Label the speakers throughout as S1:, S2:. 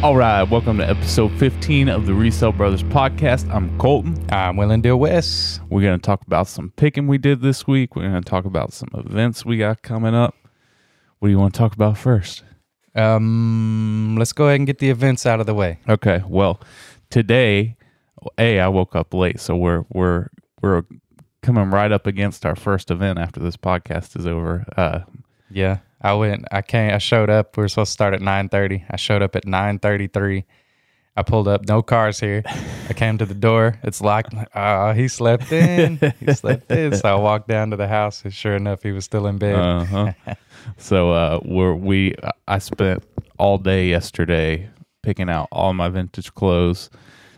S1: All right, welcome to episode 15 of the Resale Brothers podcast. I'm Colton.
S2: I'm willing to Wes.
S1: We're going to talk about some picking we did this week. We're going to talk about some events we got coming up. What do you want to talk about first?
S2: Um, let's go ahead and get the events out of the way.
S1: Okay, well, today, a I woke up late, so we're we're we're coming right up against our first event after this podcast is over. Uh,
S2: Yeah, I went. I came. I showed up. We were supposed to start at nine thirty. I showed up at nine thirty three. I pulled up. No cars here. I came to the door. It's locked. Ah, he slept in. He slept in. So I walked down to the house, and sure enough, he was still in bed.
S1: uh-huh. so uh, we're we I spent all day yesterday picking out all my vintage clothes,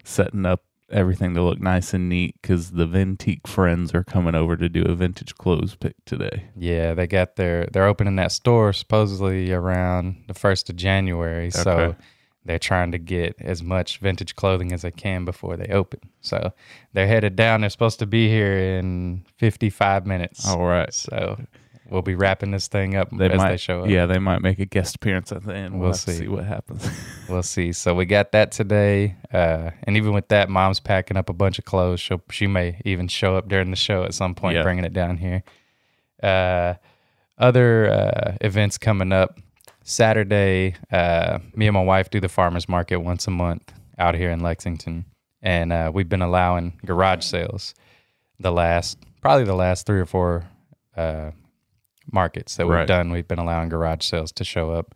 S1: setting up everything to look nice and neat because the Vintique friends are coming over to do a vintage clothes pick today.
S2: yeah, they got their. They're opening that store supposedly around the first of January. So.
S1: Okay.
S2: They're trying to get as much vintage clothing as they can before they open. So they're headed down. They're supposed to be here in 55 minutes.
S1: All right.
S2: So we'll be wrapping this thing up
S1: Oh, They
S2: as
S1: might,
S2: they show up.
S1: yeah, they might make a guest appearance at the end. We'll,
S2: We'll
S1: have to
S2: see.
S1: see what happens.
S2: We'll see. So we got that today. Uh, and even with that, mom's packing up a bunch of clothes. She'll, she may even show up during the show at some point,
S1: Yeah.
S2: bringing it down here. Uh, other uh, events coming up. Saturday, uh, me and my wife do the farmers market once a month out here in Lexington. And uh, we've been allowing garage sales the last, probably the last three or four uh, markets that we've
S1: Right.
S2: done. We've been allowing garage sales to show up.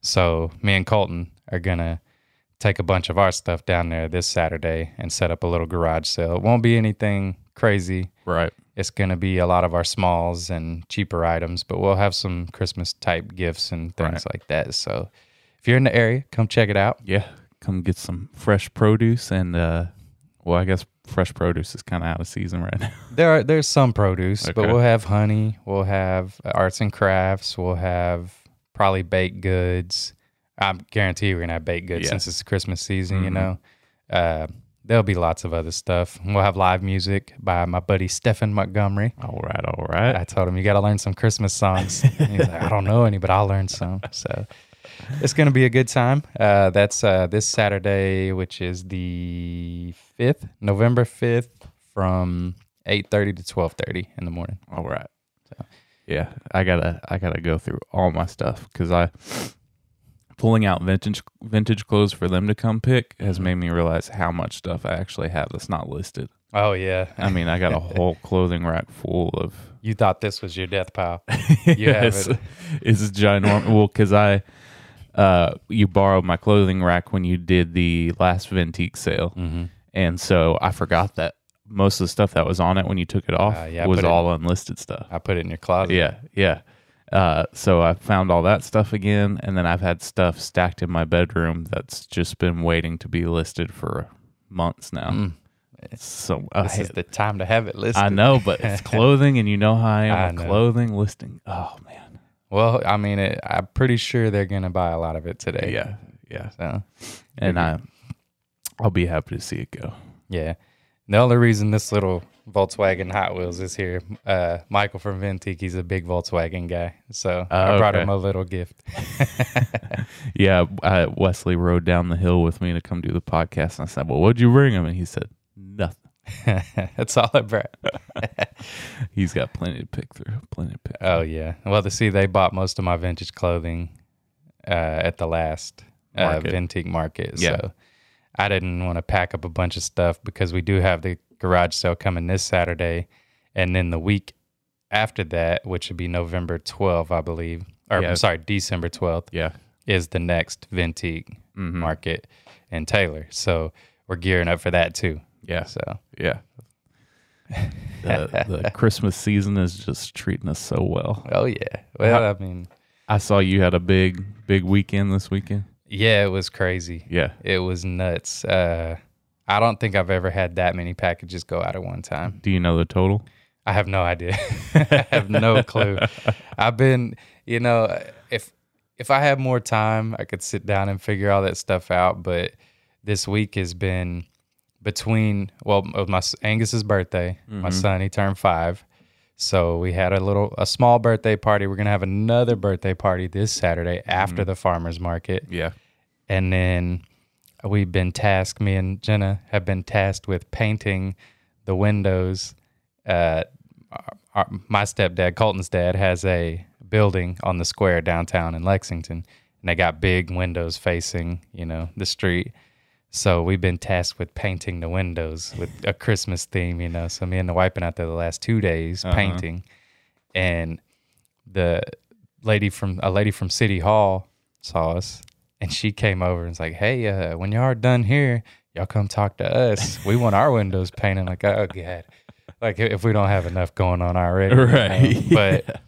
S2: So me and Colton are gonna take a bunch of our stuff down there this Saturday and set up a little garage sale. It won't be anything crazy.
S1: right.
S2: It's gonna be a lot of our smalls and cheaper items, but we'll have some Christmas type gifts and things like that. So if you're in the area, come check it out.
S1: Yeah. Come get some fresh produce and, uh, well, I guess fresh produce is kind of out of season right now.
S2: There are there's some produce, but
S1: Okay.
S2: we'll have honey, we'll have uh, arts and crafts, we'll have probably baked goods. I guarantee we're gonna have baked goods
S1: Yeah.
S2: since it's Christmas season. You
S1: Mhm.
S2: know, uh, there'll be lots of other stuff. We'll have live music by my buddy Stephen Montgomery.
S1: All right. All right.
S2: I told him you got to learn some Christmas songs. And He's like, I don't know any, but I'll learn some. So it's gonna be a good time. Uh, that's uh, this Saturday, which is the fifth, November fifth, from eight thirty to twelve thirty in the morning.
S1: All right. yeah, I gotta I gotta go through all my stuff because I pulling out vintage vintage clothes for them to come pick
S2: Mm-hmm.
S1: has made me realize how much stuff I actually have that's not listed.
S2: Oh yeah,
S1: I mean, I got a whole clothing rack full of.
S2: you thought this was your death pile. You have
S1: Yes,
S2: it.
S1: it's ginormous. well, because I. Uh, you borrowed my clothing rack when you did the last Vintique sale,
S2: Mm-hmm.
S1: and so I forgot that most of the stuff that was on it when you took it off
S2: Ah, yeah, I
S1: was
S2: put it-
S1: all unlisted stuff.
S2: I put it in your closet.
S1: Oh, Yeah, yeah. Uh, so I found all that stuff again, and then I've had stuff stacked in my bedroom that's just been waiting to be listed for months now. So I,
S2: Mm. This is the time to have it listed.
S1: Oh, I know, but it's clothing, and you know how I am
S2: I
S1: with
S2: know.
S1: clothing listing. Oh man,
S2: Well, I mean, it, I'm pretty sure they're gonna buy a lot of it today.
S1: yeah, yeah.
S2: So
S1: And I, I'll be happy to see it go.
S2: Yeah. The only reason this little Volkswagen Hot Wheels is here, uh, Michael from Ventique, he's a big Volkswagen guy. So I brought
S1: Oh, okay.
S2: him a little gift.
S1: Yeah, I, Wesley rode down the hill with me to come do the podcast, and I said, "Well, what'd you bring him?" And he said, "Nothing.
S2: That's all I brought.
S1: He's got plenty to pick through. Plenty to pick."
S2: Oh, yeah. Well, to see, they bought most of my vintage clothing uh, at the last uh,
S1: Market.
S2: Ventique market.
S1: Yeah.
S2: So I didn't want to pack up a bunch of stuff because we do have the garage sale coming this Saturday. And then the week after that, which would be November 12th, I believe, or
S1: Yeah.
S2: I'm sorry, December 12th.
S1: Yeah,
S2: is the next Ventique market and Taylor. So we're gearing up for that too.
S1: yeah.
S2: So
S1: Yeah. the, the Christmas season is just treating us so well.
S2: oh yeah. Well, I mean,
S1: I saw you had a big, big weekend this weekend.
S2: yeah, it was crazy.
S1: Yeah.
S2: It was nuts. Uh I don't think I've ever had that many packages go out at one time.
S1: Do you know the total?
S2: I have no idea. I have no clue. I've been, you know, if if I had more time, I could sit down and figure all that stuff out. But this week has been between well, of my Angus's birthday, my son he turned five, so we had a little a small birthday party. We're gonna have another birthday party this Saturday after the farmers market
S1: Yeah.
S2: And then we've been tasked, me and Jenna have been tasked with painting the windows. Uh, our, our, my stepdad, Colton's dad, has a building on the square downtown in Lexington, and they got big windows facing, you know, the street. So we've been tasked with painting the windows with a Christmas theme, you know. So me and the wife been out there the last two days painting, and the lady from a lady from City Hall saw us, and she came over and was like, "Hey, uh, when y'all are done here, y'all come talk to us. We want our windows painted." Like, oh god, like if we don't have enough going on already, you know?
S1: Right.
S2: But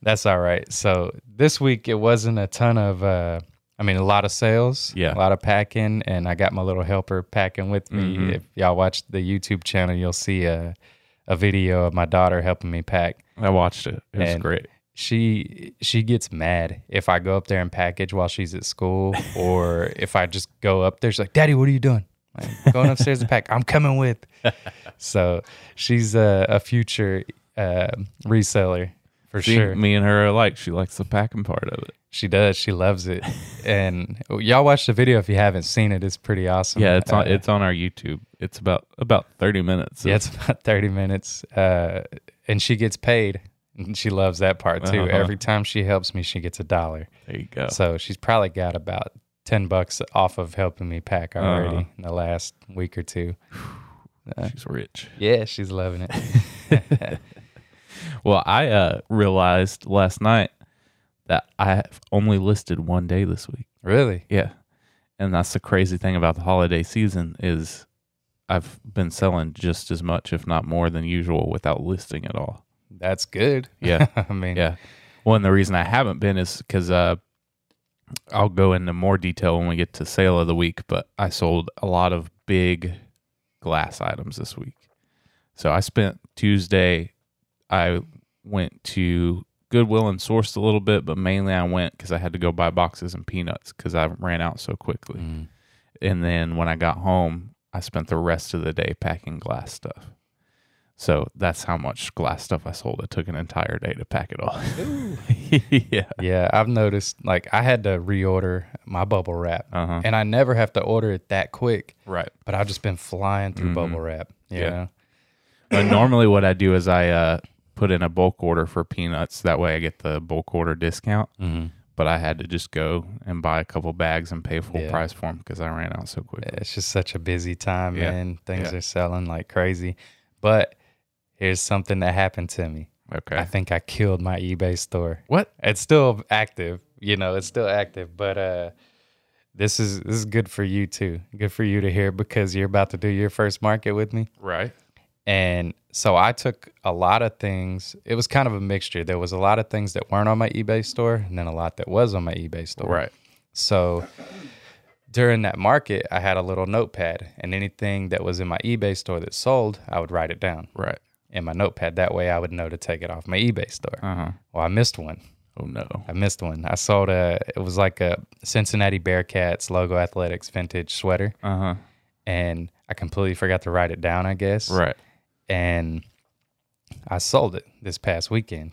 S2: that's all right. So this week it wasn't a ton of, uh, I mean, a lot of sales,
S1: Yeah.
S2: a lot of packing, and I got my little helper packing with me.
S1: Mm-hmm.
S2: If y'all watch the YouTube channel, you'll see a a video of my daughter helping me pack.
S1: I watched it. It was
S2: And-
S1: great.
S2: She she gets mad if I go up there and package while she's at school, or if I just go up there. She's like, "Daddy, what are you doing?" Like, going upstairs to pack. I'm coming with. So she's a, a future uh, reseller for
S1: See,
S2: sure.
S1: Me and her are alike. She likes the packing part of it.
S2: She does. She loves it. and y'all watch the video if you haven't seen it. It's pretty awesome.
S1: Yeah, it's on
S2: Uh,
S1: it's on our YouTube. It's about about thirty minutes.
S2: yeah, it's about thirty minutes. Uh, and she gets paid. And she loves that part too.
S1: Uh-huh.
S2: Every time she helps me, she gets a dollar.
S1: there you go.
S2: So she's probably got about ten bucks off of helping me pack already
S1: Uh-huh.
S2: in the last week or two.
S1: She's rich.
S2: Yeah, she's loving it.
S1: Well, I uh, realized last night that I have only listed one day this week.
S2: really?
S1: Yeah, and that's the crazy thing about the holiday season is I've been selling just as much, if not more, than usual without listing at all.
S2: That's good.
S1: Yeah.
S2: I mean,
S1: Yeah. Well, and the reason I haven't been is because uh, I'll go into more detail when we get to sale of the week, but I sold a lot of big glass items this week. So I spent Tuesday, I went to Goodwill and sourced a little bit, but mainly I went because I had to go buy boxes and peanuts because I ran out so quickly.
S2: Mm.
S1: And then when I got home, I spent the rest of the day packing glass stuff. So that's how much glass stuff I sold. It took an entire day to pack it all. yeah.
S2: yeah. I've noticed. Like, I had to reorder my bubble wrap,
S1: Uh huh.
S2: and I never have to order it that quick.
S1: Right.
S2: but I've just been flying through bubble wrap.
S1: Mm-hmm. Yeah.
S2: yeah.
S1: But normally, what I do is I uh, put in a bulk order for peanuts. That way, I get the bulk order discount.
S2: Mhm.
S1: But I had to just go and buy a couple bags and pay full
S2: Yeah.
S1: price for them because I ran out so quick.
S2: It's just such a busy time,
S1: Yeah.
S2: man. Things
S1: Yeah.
S2: are selling like crazy. But here's something that happened to me.
S1: Okay.
S2: I think I killed my eBay store.
S1: what?
S2: It's still active, you know, it's still active, but uh this is this is good for you too. Good for you to hear because you're about to do your first market with me.
S1: Right.
S2: And so I took a lot of things. It was kind of a mixture. There was a lot of things that weren't on my eBay store and then a lot that was on my eBay store.
S1: Right.
S2: So during that market, I had a little notepad, and anything that was in my eBay store that sold, I would write it down
S1: Right.
S2: in my notepad. That way, I would know to take it off my eBay store.
S1: Uh huh.
S2: Well, I missed one.
S1: Oh no.
S2: I missed one. I sold a. It was like a Cincinnati Bearcats logo athletics vintage sweater,
S1: Uh huh.
S2: and I completely forgot to write it down. I guess.
S1: Right.
S2: And I sold it this past weekend.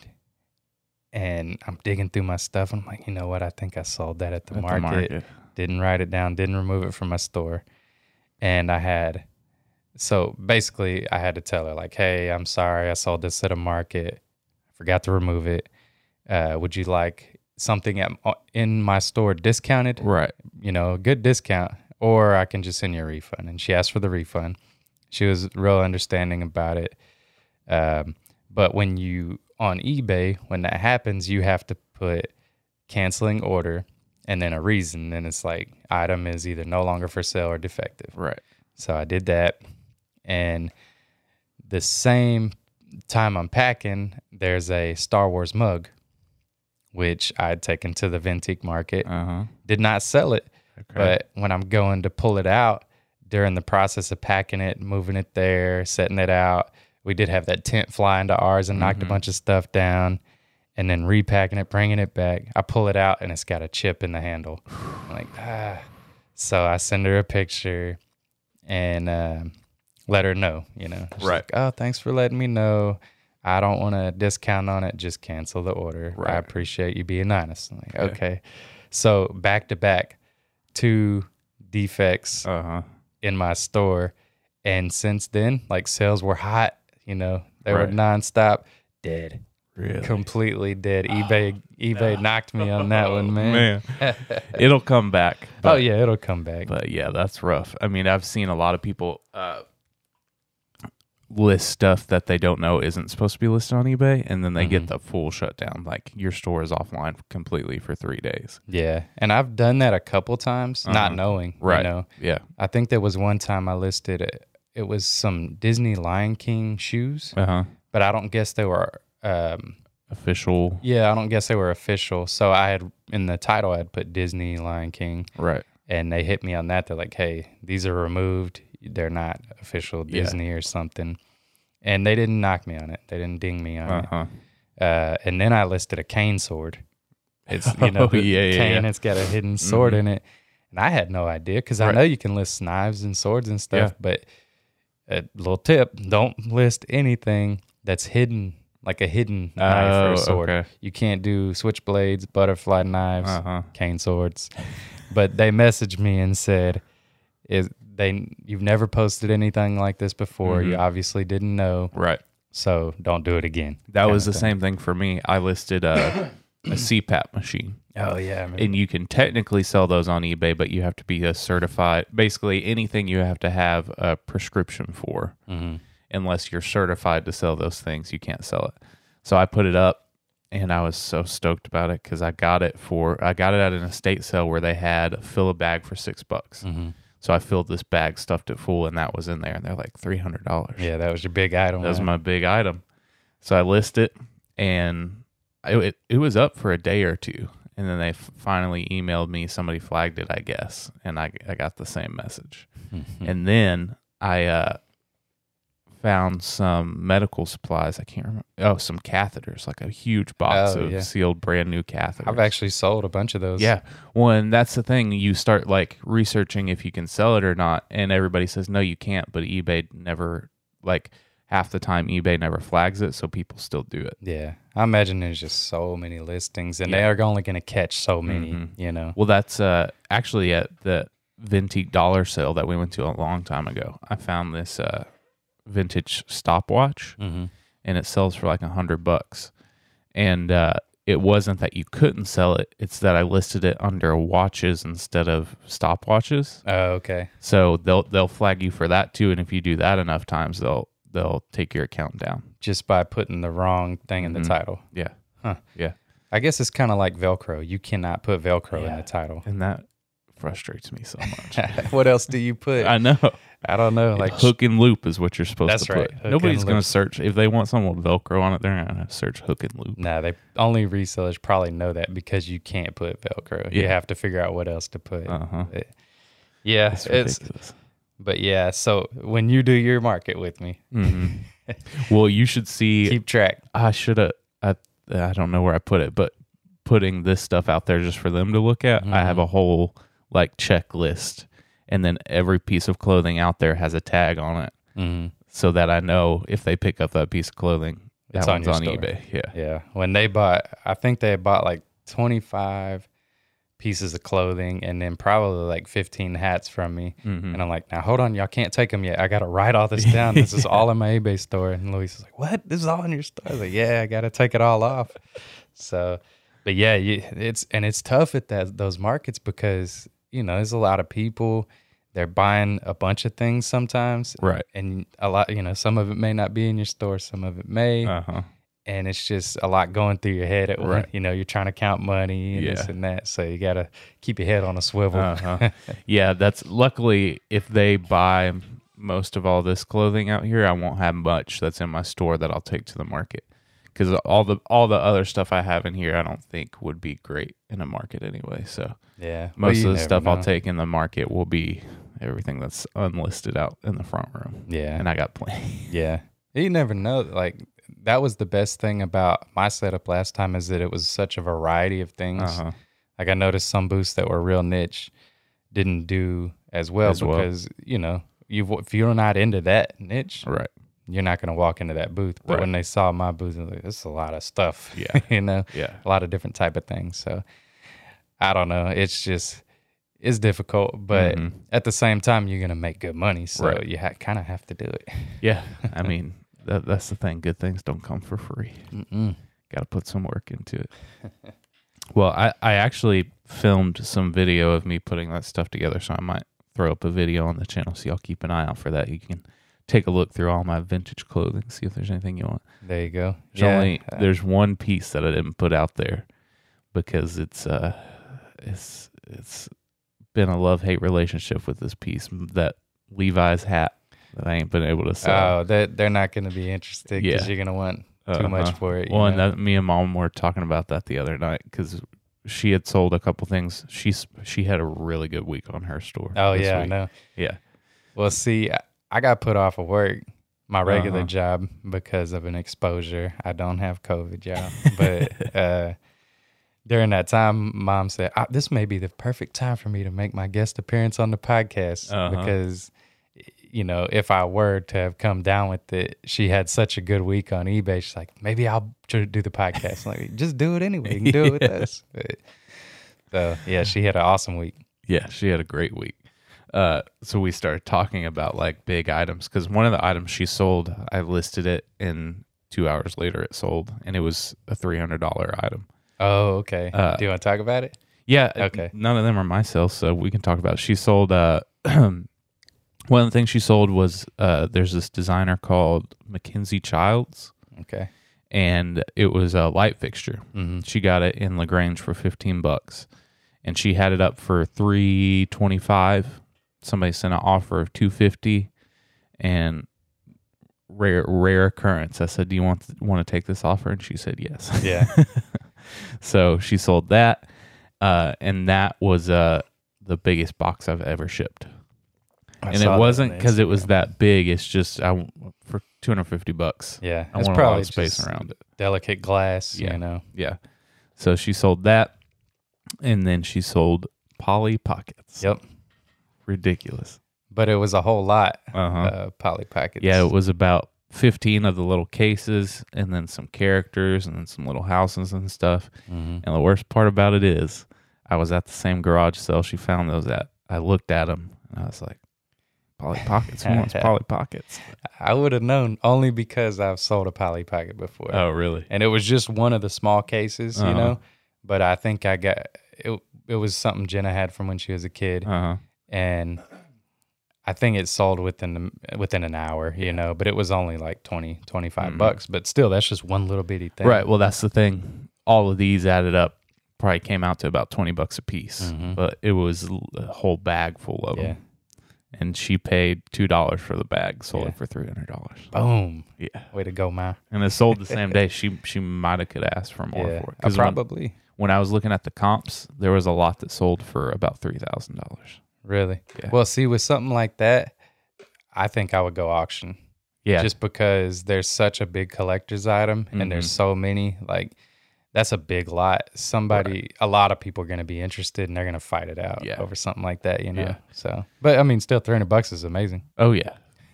S2: And I'm digging through my stuff. I'm like, you know what? I think I sold that at the,
S1: At
S2: market. didn't write it down, didn't remove it from my store. And I had, so basically, I had to tell her, like, hey, I'm sorry, I sold this at a market, I forgot to remove it. Uh, would you like something at, uh, in my store discounted?
S1: Right.
S2: You know, a good discount, or I can just send you a refund. And she asked for the refund. She was real understanding about it. Um, but when you on eBay, when that happens, you have to put canceling order and then a reason. Then it's like item is either no longer for sale or defective.
S1: Right.
S2: So I did that, and the same time I'm packing, there's a Star Wars mug, which I had taken to the Ventique market.
S1: Uh huh.
S2: Did not sell it,
S1: Okay.
S2: but when I'm going to pull it out during the process of packing it, moving it there, setting it out, we did have that tent fly into ours and
S1: Mm-hmm.
S2: knocked a bunch of stuff down. And then repacking it, bringing it back, I pull it out and it's got a chip in the handle. I'm like, ah. So I send her a picture and um let her know, you know. She's
S1: Right.
S2: like, oh, thanks for letting me know. I don't want a discount on it. Just cancel the order.
S1: Right.
S2: I appreciate you being honest. I'm like, okay. So back to back, two defects
S1: Uh huh.
S2: in my store. And since then, like sales were hot, you know, they
S1: Right.
S2: were nonstop. Dead.
S1: Really?
S2: Completely dead. eBay eBay knocked me on that one, man.
S1: It'll come back.
S2: oh
S1: but-
S2: yeah, it'll come back.
S1: But yeah, that's rough. I mean, I've seen a lot of people uh, list stuff that they don't know isn't supposed to be listed on eBay, and then they get the full shutdown. Like your store is offline completely for three days.
S2: yeah. And I've done that a couple times, not knowing.
S1: Right.
S2: You know.
S1: Yeah.
S2: I think there was one time I listed it, it was some Disney Lion King shoes,
S1: Uh huh.
S2: but I don't guess they were um
S1: Official.
S2: yeah, I don't guess they were official. So I had in the title I had put Disney Lion King.
S1: Right.
S2: and they hit me on that. They're like, "Hey, these are removed. They're not official
S1: Yeah.
S2: Disney or something." And they didn't knock me on it. They didn't ding me on
S1: Uh huh.
S2: it. Uh, and then I listed a cane sword. It's you know
S1: Oh,
S2: the
S1: yeah, yeah,
S2: cane.
S1: yeah.
S2: It's got a hidden sword in it, and I had no idea because I
S1: Right.
S2: know you can list knives and swords and stuff,
S1: Yeah.
S2: but a little tip: don't list anything that's hidden, like a hidden knife or
S1: Oh,
S2: sword.
S1: okay.
S2: You can't do switchblades, butterfly knives
S1: Uh huh.
S2: cane swords. but they messaged me and said, "Is they you've never posted anything like this before?
S1: Mm-hmm.
S2: You obviously didn't know,
S1: Right.
S2: so don't do it again."
S1: That was the same thing for me. I listed a, a CPAP machine.
S2: Oh yeah, man.
S1: and you can technically sell those on eBay, but you have to be a certified. Basically, anything you have to have a prescription for,
S2: mm-hmm,
S1: unless you're certified to sell those things, you can't sell it. So I put it up, and I was so stoked about it because I got it for I got it at an estate sale where they had fill a bag for six bucks.
S2: mm-hmm.
S1: So I filled this bag, stuffed it full, and that was in there, and they're like three hundred dollars.
S2: yeah, that was your big item.
S1: That was
S2: huh?
S1: my big item. So I list it, and it, it, it was up for a day or two. And then they f- finally emailed me. Somebody flagged it, I guess. And I, I got the same message.
S2: Hmm. Mm-hmm.
S1: And then I uh, found some medical supplies. I can't remember. Oh, some catheters, like a huge box
S2: Oh,
S1: of
S2: yeah.
S1: sealed brand new catheters.
S2: I've actually sold a bunch of those.
S1: Yeah. Well, and that's the thing. You start like researching if you can sell it or not, and everybody says no, you can't. But eBay never like half the time eBay never flags it, so people still do it.
S2: yeah. I imagine there's just so many listings, and they are only going to catch so many.
S1: Mm-hmm.
S2: You know.
S1: Well, that's uh, actually at the vintage dollar sale that we went to a long time ago. I found this uh, vintage stopwatch, and it sells for like a hundred bucks. And uh, it wasn't that you couldn't sell it; it's that I listed it under watches instead of stopwatches.
S2: Oh, okay.
S1: So they'll they'll flag you for that too, and if you do that enough times, they'll they'll take your account down.
S2: Just by putting the wrong thing in the title.
S1: Mm-hmm. Yeah,
S2: Huh.
S1: yeah,
S2: I guess it's kind of like Velcro. You cannot put Velcro in
S1: Yeah.
S2: the title.
S1: and that frustrates me so much.
S2: what else do you put?
S1: I know.
S2: I don't know. Like
S1: hook and loop is what you're supposed
S2: That's
S1: to
S2: right,
S1: put.
S2: hook and
S1: Nobody's going
S2: loop.
S1: to search if they want someone with Velcro on it. They're going to search hook and loop.
S2: No, they only resellers probably know that because you can't put Velcro. You
S1: Yeah.
S2: have to figure out what else to put.
S1: Uh huh.
S2: It- yeah,
S1: It's
S2: it's
S1: ridiculous.
S2: but yeah. So when you do your market with me,
S1: Mm-hmm. Well, you should see.
S2: keep track.
S1: I should have. I I don't know where I put it, but putting this stuff out there just for them to look at. I
S2: Mm-hmm.
S1: have a whole like checklist, and then every piece of clothing out there has a tag on it.
S2: Mhm.
S1: so that I know if they pick up that piece of clothing, that
S2: It's on
S1: one's
S2: your
S1: on
S2: store.
S1: eBay. Yeah.
S2: Yeah, when they bought, I think they bought like twenty five pieces of clothing and then probably like fifteen hats from me.
S1: Mm-hmm.
S2: And I'm like, now hold on, y'all can't take them yet. I gotta write all this down. This is all in my eBay store. And Luis is like, what? This is all in your store? I was like, yeah, I gotta take it all off. So, but yeah, you, it's and it's tough at that those markets because you know there's a lot of people. They're buying a bunch of things sometimes,
S1: Right.
S2: and a lot, you know, some of it may not be in your store, some of it may
S1: Uh huh.
S2: and it's just a lot going through your head at once.
S1: Right.
S2: You know, you're trying to count money and this
S1: Yeah.
S2: and that, so you gotta keep your head on a swivel.
S1: Uh huh. yeah. That's luckily if they buy most of all this clothing out here, I won't have much that's in my store that I'll take to the market because all the all the other stuff I have in here, I don't think would be great in a market anyway. So
S2: yeah, Well,
S1: most
S2: you
S1: of the
S2: never
S1: stuff
S2: know.
S1: I'll take in the market will be everything that's unlisted out in the front room,
S2: Yeah,
S1: and I got plenty.
S2: yeah. You never know. Like that was the best thing about my setup last time is that it was such a variety of things.
S1: Uh-huh.
S2: Like I noticed some booths that were real niche didn't do as well
S1: As well.
S2: because you know you if you're not into that niche,
S1: Right.
S2: you're not gonna walk into that booth. But
S1: Right.
S2: when they saw my booth, they're like, "This is a lot of stuff."
S1: Yeah.
S2: you know.
S1: Yeah.
S2: a lot of different type of things. So I don't know. It's just is difficult, but
S1: Mhm.
S2: at the same time, you're gonna make good money, so
S1: Right.
S2: you ha- kind of have to do it.
S1: Yeah, I mean that, that's the thing. Good things don't come for free.
S2: Mm-mm.
S1: Got to put some work into it. well, I I actually filmed some video of me putting that stuff together, so I might throw up a video on the channel. So y'all keep an eye out for that. You can take a look through all my vintage clothing, see if there's anything you want.
S2: There you go. Uh,
S1: There's only there's one piece that I didn't put out there because it's uh it's it's been a love hate relationship with this piece that Levi's hat that I ain't been able to sell.
S2: oh, they're, they're not gonna be interested because
S1: uh, Yeah.
S2: you're gonna want too much
S1: Uh-huh.
S2: for it. you
S1: Well, and
S2: know?
S1: that, me and mom were talking about that the other night because she had sold a couple things. She's she had a really good week on her store.
S2: oh
S1: this
S2: yeah, I
S1: week.
S2: know.
S1: yeah,
S2: Well, see, I, I got put off of work, my regular
S1: Uh-huh.
S2: job, because of an exposure. I don't have COVID, y'all. But uh, during that time, mom said, "Ah, This may be the perfect time for me to make my guest appearance on the podcast
S1: Uh-huh.
S2: because, you know, if I were to have come down with it, she had such a good week on eBay. She's like, Maybe I'll tr- do the podcast. I'm like, just do it anyway. You can do it with us. But- so, yeah, she had an awesome week.
S1: yeah. She had a great week. Uh, so we started talking about like big items because one of the items she sold, I listed it, and two hours later it sold, and it was a three hundred dollar item.
S2: Oh, okay.
S1: Uh,
S2: do you want to talk about it?
S1: Yeah.
S2: Okay.
S1: None of them are my sales, so we can talk about. It. She sold. Uh, one of the things she sold was uh, there's this designer called Mackenzie Childs,
S2: Okay.
S1: and it was a light fixture.
S2: Mm-hmm.
S1: She got it in Lagrange for fifteen bucks, and she had it up for three twenty five. Somebody sent an offer of two fifty, and rare rare occurrence. I said, "Do you want want to take this offer?" And she said, "Yes."
S2: Yeah.
S1: So she sold that, uh, and that was uh, the biggest box I've ever shipped.
S2: I
S1: and
S2: saw that
S1: it
S2: on
S1: wasn't
S2: the
S1: because it was
S2: Instagram.
S1: that big. It's just I for two hundred fifty bucks.
S2: Yeah,
S1: I want
S2: it's
S1: a lot
S2: probably
S1: of space
S2: just
S1: around it.
S2: delicate glass.
S1: Yeah.
S2: You know.
S1: Yeah. So she sold that, and then she sold Polly Pockets.
S2: Yep.
S1: Ridiculous.
S2: But it was a whole lot.
S1: Uh-huh.
S2: Uh, Polly pockets.
S1: Yeah, it was about fifteen of the little cases, and then some characters, and then some little houses and stuff.
S2: hmm
S1: And the worst part about it is, I was at the same garage sale she found those at. I looked at them and I was like, Polly Pockets. Who wants Polly Pockets?
S2: I would have known only because I've sold a Polly pocket before,
S1: Oh, really?
S2: and it was just one of the small cases.
S1: Uh-huh.
S2: You know. But I think I got it. It was something Jenna had from when she was a kid,
S1: Uh huh.
S2: and I think it sold within the, within an hour. You know, but it was only like 20, 25
S1: Mhm.
S2: bucks. But still, that's just one little bitty thing.
S1: Right. Well, that's the thing. All of these added up probably came out to about 20 bucks a piece,
S2: Mhm.
S1: but it was l- a whole bag full of
S2: Yeah.
S1: them. And she paid $2 for the bag, sold
S2: Yeah.
S1: it for $300.
S2: Boom.
S1: Yeah.
S2: Way to go, Ma.
S1: And it sold the same day. She she might have could ask for more
S2: Yeah.
S1: for it.
S2: I
S1: Because when,
S2: probably.
S1: when I was looking at the comps, there was a lot that sold for about $3,000.
S2: Really?
S1: Yeah.
S2: Well, see, with something like that, I think I would go auction
S1: Yeah.
S2: just because there's such a big collector's item and there's
S1: Mm-hmm.
S2: so many. Like, that's a big lot. Somebody, a lot of people are going to be interested and they're going to fight it out
S1: Yeah.
S2: over something like that, you know?
S1: Yeah.
S2: So, but I mean, still, 300 bucks is amazing.
S1: Oh yeah,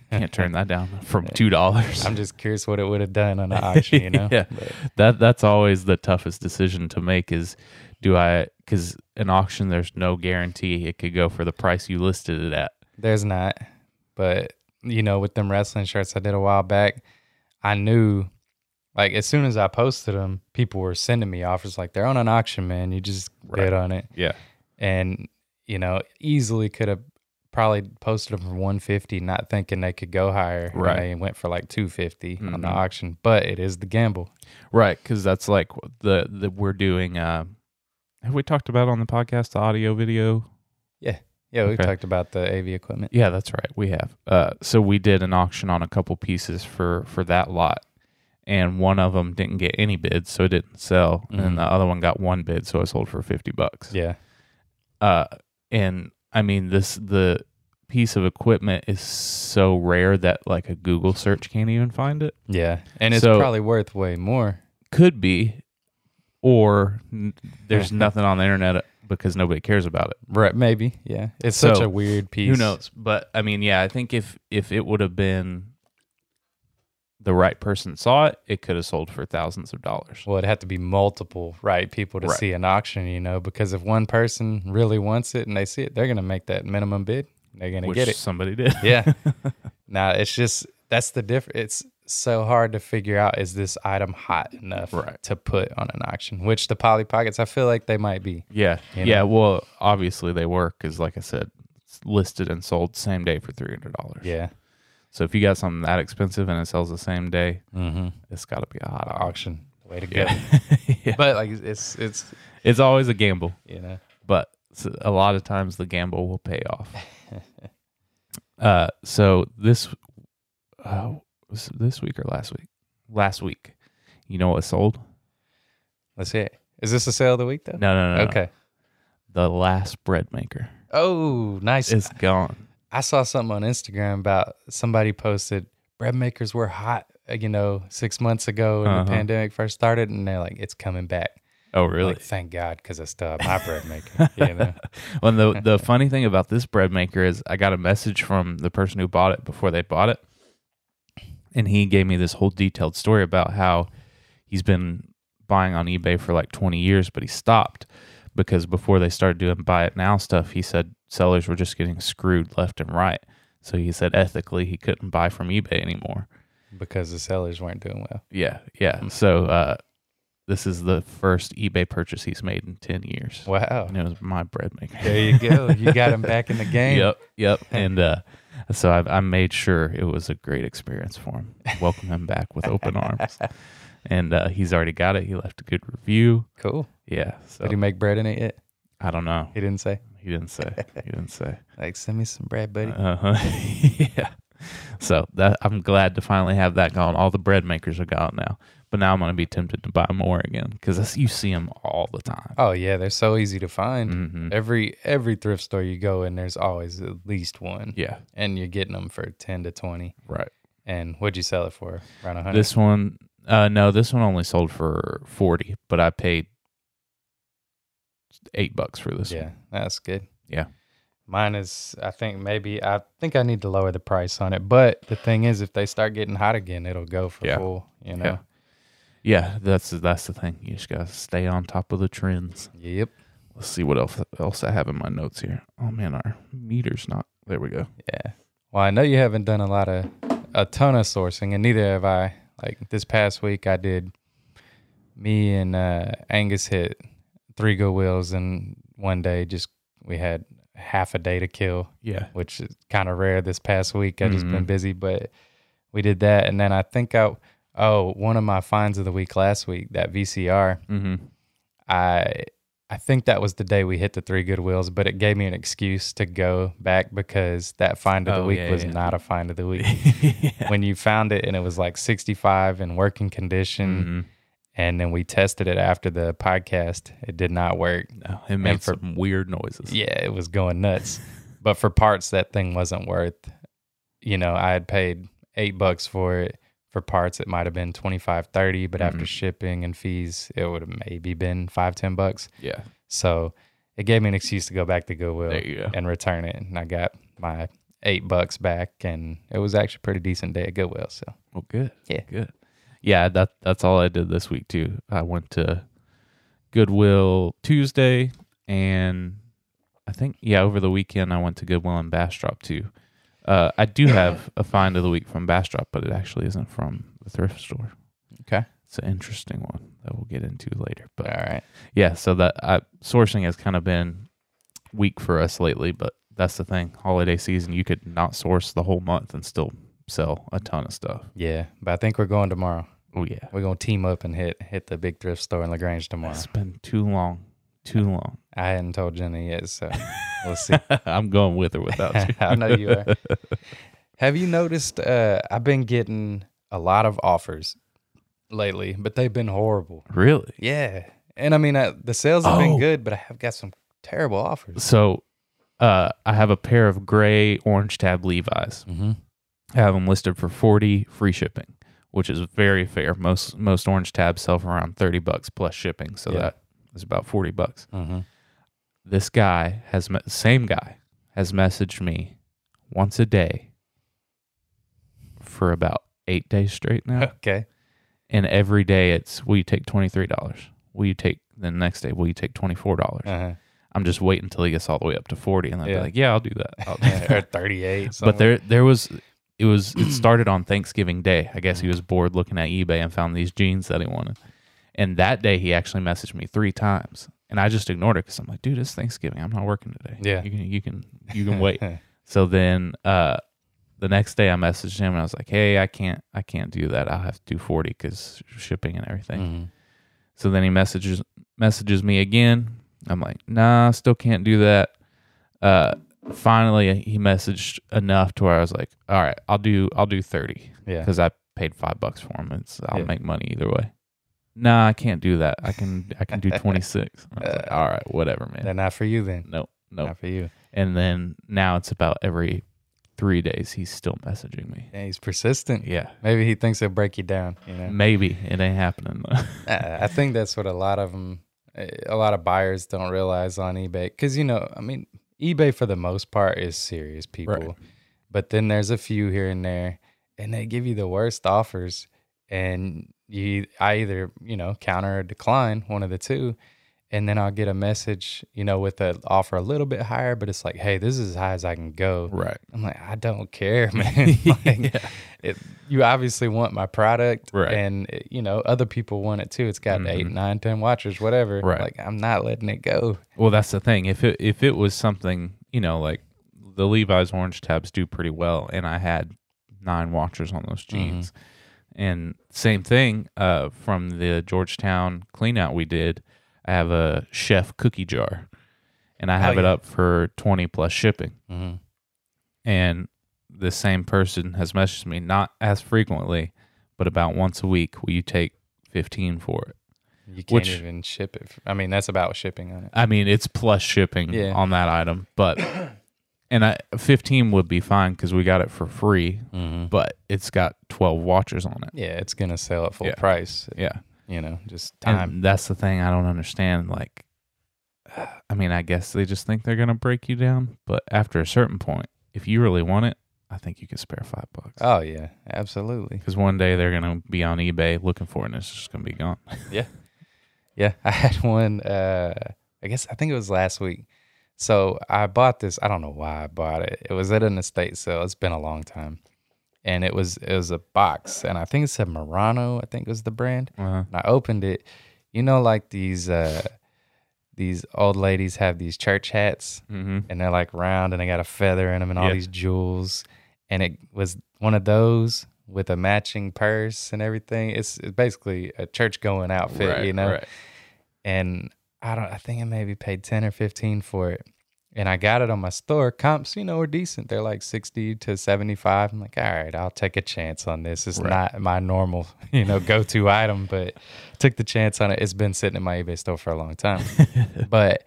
S1: can't turn that down from two dollars.
S2: I'm just curious what it would have done on an auction, you know?
S1: yeah,
S2: But-
S1: that that's always the toughest decision to make is do I because an auction there's no guarantee it could go for the price you listed it at.
S2: There's not. But you know, with them wrestling shirts I did a while back, I knew like as soon as I posted them, people were sending me offers like they're on an auction, man. You just
S1: Right.
S2: bid on it.
S1: Yeah,
S2: And, you know, easily could have probably posted them for 150, not thinking they could go higher.
S1: Right.
S2: And they went for like 250 on the
S1: Mhm.
S2: auction, but it is the gamble.
S1: right. Because that's like the the we're doing. Uh, have we talked about on the podcast the audio video
S2: Yeah, we
S1: Okay.
S2: talked about the AV equipment.
S1: Yeah, that's right. We have. Uh, so we did an auction on a couple pieces for for that lot, and one of them didn't get any bids, so it didn't sell, and then
S2: Mhm.
S1: the other one got one bid, so it sold for fifty bucks.
S2: Yeah.
S1: Uh, and I mean this the piece of equipment is so rare that like a Google search can't even find it.
S2: Yeah. And it's
S1: So-
S2: probably worth way more.
S1: Could be, or n- there's nothing on the internet uh, because nobody cares about it.
S2: Right. Maybe. Yeah. It's such
S1: So,
S2: a weird piece.
S1: Who knows? But I mean, yeah, I think if if it would have been the right person saw it, it could have sold for thousands of dollars.
S2: Well, it'd have to be multiple right people to
S1: Right.
S2: see an auction, you know, because if one person really wants it and they see it, they're going to make that minimum bid. They're going to
S1: Which
S2: get it.
S1: somebody did.
S2: Yeah. now it's just that's the diff. It's so hard to figure out is this item hot enough
S1: Right.
S2: to put on an auction? Which the Polly Pockets, I feel like they might be.
S1: Yeah.
S2: You
S1: yeah. Well, obviously they work because, like I said, it's listed and sold same day for $300.
S2: Yeah.
S1: So if you got something that expensive and it sells the same day,
S2: Mm-hmm.
S1: it's got to be a hot auction.
S2: Auction, way to go.
S1: Yeah.
S2: But like it's it's
S1: It's always a gamble,
S2: you know
S1: but s- a lot of times the gamble will pay off. uh, so this uh, was it this week or last week? Last week. You know what sold?
S2: let's see. Is this the sale of the week though?
S1: No, no, no. no.
S2: Okay.
S1: The last bread maker
S2: Oh, nice.
S1: is gone.
S2: I saw something on Instagram about somebody posted bread makers were hot, uh, you know, six months ago when
S1: Uh-huh.
S2: the pandemic first started, and they're like, it's coming back.
S1: Oh, really?
S2: Like, thank God, because I still have my bread maker. You know,
S1: Well, the the funny thing about this bread maker is I got a message from the person who bought it before they bought it, and he gave me this whole detailed story about how he's been buying on eBay for like 20 years, but he stopped because before they started doing buy it now stuff, he said sellers were just getting screwed left and right. So he said ethically he couldn't buy from eBay anymore.
S2: because the sellers weren't doing well.
S1: Yeah, yeah. So uh, this is the first eBay purchase he's made in 10 years.
S2: Wow.
S1: And it was my bread maker.
S2: There you go. You got him back in the game.
S1: Yep, yep. And uh, so I, I made sure it was a great experience for him. Welcome him back with open arms. And uh, he's already got it. He left a good review.
S2: Cool.
S1: Yeah. So
S2: Did he make bread in it yet?
S1: I don't know.
S2: He didn't say.
S1: He didn't say. He didn't say.
S2: Like, send me some bread, buddy.
S1: Uh huh. yeah. So that I'm glad to finally have that gone. All the bread makers are gone now. But now I'm going to be tempted to buy more again because you see them all the time.
S2: oh yeah, they're so easy to find.
S1: Mhm.
S2: Every every thrift store you go in, there's always at least one,
S1: Yeah.
S2: and you're getting them for ten to twenty.
S1: Right.
S2: And what'd you sell it for? Around a hundred.
S1: This one, uh, no, this one only sold for forty, but I paid eight bucks for this.
S2: Yeah,
S1: one.
S2: that's good.
S1: Yeah.
S2: Mine is I think maybe I think I need to lower the price on it. But the thing is if they start getting hot again, it'll go for
S1: Yeah.
S2: full, you know.
S1: yeah, that's that's the thing. You just gotta stay on top of the trends.
S2: Yep.
S1: Let's see what else else I have in my notes here. Oh man, our meter's not. There we go.
S2: Yeah. Well, I know you haven't done a lot of a ton of sourcing and neither have I. Like this past week I did me and uh Angus hit three go wheels and one day just we had half a day to kill.
S1: Yeah,
S2: which is kind of rare this past week. I've just been
S1: Mhm.
S2: busy, but we did that. And then I think I, oh, one of my finds of the week last week, that VCR,
S1: hmm
S2: I, I think that was the day we hit the three good wheels, but it gave me an excuse to go back because that find of the
S1: Oh,
S2: week
S1: yeah,
S2: was
S1: yeah.
S2: not a find of the week.
S1: Mm-hmm.
S2: When you found it and it was like 65 in working
S1: Mhm.
S2: condition, and then we tested it after the podcast, it did not work.
S1: No, it made
S2: for-
S1: some weird noises.
S2: Yeah, it was going nuts. but for parts, that thing wasn't worth. You know, I had paid eight bucks for it. For parts, it might have been 25, 30, but after
S1: Mhm.
S2: shipping and fees, it would have maybe been five, 10 bucks.
S1: yeah.
S2: So it gave me an excuse to go back to Goodwill
S1: There you go.
S2: and return it. And I got my eight bucks back, and it was actually a pretty decent day at Goodwill. So
S1: Well, good.
S2: Yeah.
S1: good. Yeah, that that's all I did this week too. I went to Goodwill Tuesday, and I think yeah, over the weekend I went to Goodwill and Bastrop too. Uh, I do have a find of the week from Bastrop, but it actually isn't from the thrift store.
S2: Okay.
S1: it's an interesting one that we'll get into later. But
S2: all right,
S1: yeah, so that I, sourcing has kind of been weak for us lately, but that's the thing. Holiday season, you could not source the whole month and still sell a ton of stuff.
S2: yeah. But I think we're going tomorrow.
S1: Oh yeah.
S2: We're gonna team up and hit hit the big thrift store in Lagrange tomorrow.
S1: It's been too long. Too long.
S2: I hadn't told Jenny yet, so we'll see.
S1: I'm going with or without you.
S2: I know you are. Have you noticed? Uh, I've been getting a lot of offers lately, but they've been horrible.
S1: really?
S2: Yeah, and I mean I, the sales have been
S1: Oh.
S2: good, but I have got some terrible offers.
S1: So uh, I have a pair of gray orange tab Levi's.
S2: Mm-hmm.
S1: I have them listed for 40 free shipping, which is very fair. Most most orange tabs sell for around 30 bucks plus shipping, so
S2: Yeah.
S1: that is about 40 bucks.
S2: Mm-hmm.
S1: This guy has me- same guy has messaged me once a day for about eight days straight now.
S2: Okay.
S1: and every day it's, will you take $23? Will you take, the next day, will you take $24?
S2: Uh-huh.
S1: I'm just waiting until he gets all the way up to 40 and I'll
S2: Yeah.
S1: be like, yeah, I'll do that.
S2: Oh,
S1: I'll do that.
S2: or 38.
S1: but
S2: something.
S1: there, there was, it was, it started on Thanksgiving Day. I guess he was bored looking at eBay and found these jeans that he wanted. And that day he actually messaged me three times and I just ignored it because I'm like, dude, it's Thanksgiving. I'm not working today.
S2: Yeah.
S1: You can, you can, you can wait.
S2: Mm-hmm.
S1: So then uh the next day I messaged him and I was like, "Hey, I can't I can't do that. I'll have to do 40 cuz shipping and everything."
S2: Mhm.
S1: So then he messages messages me again. I'm like, "Nah, still can't do that." Uh finally he messaged enough to where I was like, "All right, I'll do I'll do 30
S2: Yeah.
S1: cuz I paid 5 bucks for him. It's I'll
S2: Yeah.
S1: make money either way." Nah, I can't do that. I can I can do 26. I was like, "All right, whatever, man."
S2: They're not for you Uh, then.
S1: Nope. Nope.
S2: Not for you.
S1: And then now it's about every three days he's still messaging me.
S2: Yeah, he's persistent.
S1: Yeah.
S2: Maybe he thinks he'll break you down. You know.
S1: Maybe it ain't happening. though.
S2: Uh, I think that's what a lot of them, a lot of buyers don't realize on eBay. Because, you know, I mean, eBay for the most part is serious people.
S1: Right.
S2: But then there's a few here and there, and they give you the worst offers. And you, e, I either, you know, counter or decline one of the two. And then I'll get a message, you know, with an offer a little bit higher, but it's like, hey, this is as high as I can go.
S1: right.
S2: I'm like, I don't care, man. like, it, you obviously want my product,
S1: Right.
S2: And it- you know, other people want it too. It's got eight,
S1: Mhm.
S2: nine, ten watchers, whatever.
S1: Right.
S2: Like, I'm not letting it go.
S1: Well, that's the thing. If it if it was something, you know, like the Levi's orange tabs do pretty well, and I had nine watchers on those jeans. And same thing uh, from the Georgetown cleanout we did. I have a chef cookie jar, and I have it
S2: yeah.
S1: up for twenty plus shipping.
S2: Mm-hmm.
S1: and the same person has messaged me not as frequently, but about once a week. Will you take fifteen for it?
S2: You can't
S1: Which-
S2: even ship it. I mean, that's about shipping on it.
S1: I mean, it's plus shipping
S2: Yeah.
S1: on that item, but and I fifteen would be fine because we got it for free,
S2: Mm-hmm.
S1: but it's got twelve watchers on it.
S2: Yeah, it's gonna sell at full
S1: Yeah.
S2: price.
S1: Yeah,
S2: You know, just time.
S1: and that's the thing I don't understand. Like, I mean, I guess they just think they're gonna break you down, but after a certain point, if you really want it, I think you can spare five bucks.
S2: oh yeah, absolutely.
S1: because one day they're gonna be on eBay looking for it, and it's just gonna be gone.
S2: Yeah, I had one. Uh, I guess I think it was last week. So I bought this. I don't know why I bought it. It was at an estate sale. It's been a long time, and it was it was a box, and I think it said Murano. I think was the brand.
S1: Uh-huh.
S2: And I opened it. You know, like these uh, these old ladies have these church hats,
S1: Mm-hmm.
S2: and they're like round, and they got a feather in them, and all
S1: Yeah.
S2: these jewels. And it was one of those with a matching purse and everything. It's, it's basically a church going outfit, you know and I don't. I think I maybe paid ten or fifteen for it, and I got it on my store. Comps, you know, are decent. They're like sixty to seventy-five. I'm like, all right, I'll take a chance on this. It's
S1: Right.
S2: not my normal, you know, go-to item, but took the chance on it. It's been sitting in my eBay store for a long time, but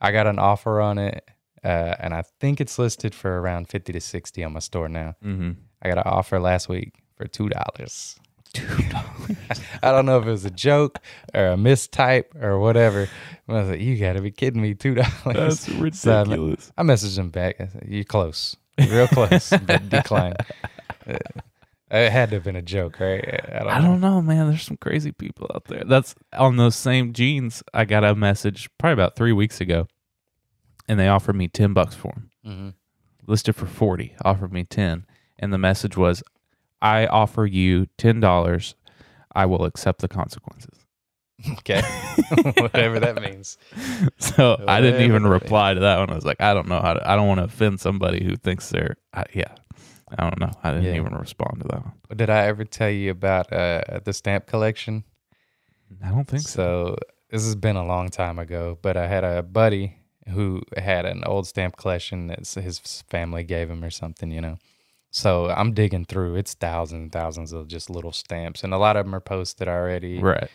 S2: I got an offer on it, uh, and I think it's listed for around fifty to sixty on my store now.
S1: Mm-hmm.
S2: I got an offer last week for two dollars. Two dollars. I don't know if it was a joke or a mistype or whatever. But I was like, "You got to be kidding me! Two dollars." ridiculous. I messaged him back. I said, "You close, real close, but decline." Uh, It had to have been a joke, right? I don't.
S1: I
S2: know.
S1: don't know, man. There's some crazy people out there. That's on those same jeans. I got a message probably about three weeks ago, and they offered me ten bucks for them.
S2: Mhm.
S1: Listed for forty, offered me ten, and the message was, "I offer you ten dollars. I will accept the consequences."
S2: Mm-hmm. Okay, whatever that means.
S1: So I didn't even
S2: Whatever.
S1: reply to that one. I was like, I don't know how to. I don't want to offend somebody who thinks they're. I, yeah, I don't know. I didn't
S2: Yeah.
S1: even respond to that one.
S2: Did I ever tell you about uh, the stamp collection?
S1: I don't think so.
S2: So this has been a long time ago, but I had a buddy who had an old stamp collection that s- his family gave him or something, you know. So I'm digging through. It's thousands and thousands of just little stamps, and a lot of them are posted already.
S1: Right,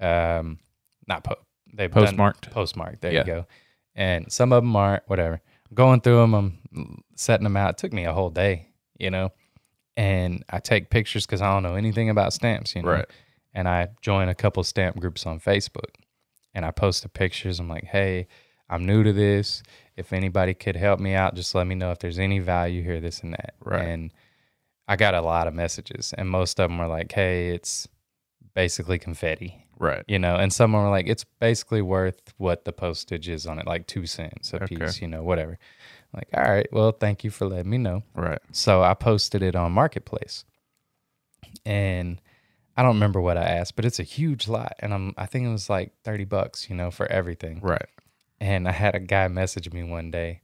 S2: Um, not po- they
S1: postmarked.
S2: postmarked. There
S1: Yeah.
S2: you go. And some of them aren't. Whatever. Going through them, I'm setting them out. It took me a whole day, you know. And I take pictures because I don't know anything about stamps, you know
S1: Right.
S2: and I join a couple stamp groups on Facebook and I post the pictures. I'm like, hey, I'm new to this. If anybody could help me out, just let me know if there's any value here, this and that.
S1: Right.
S2: And I got a lot of messages, and most of them were like, "Hey, it's basically confetti,"
S1: Right.
S2: you know. And some were like, "It's basically worth what the postage is on it, like two cents a
S1: Okay.
S2: piece," you know, whatever. Like, all right, well, thank you for letting me know.
S1: Right.
S2: So I posted it on Marketplace. And I don't remember what I asked, but it's a huge lot. And I'm I think it was like 30 bucks, you know, for everything.
S1: Right.
S2: And I had a guy message me one day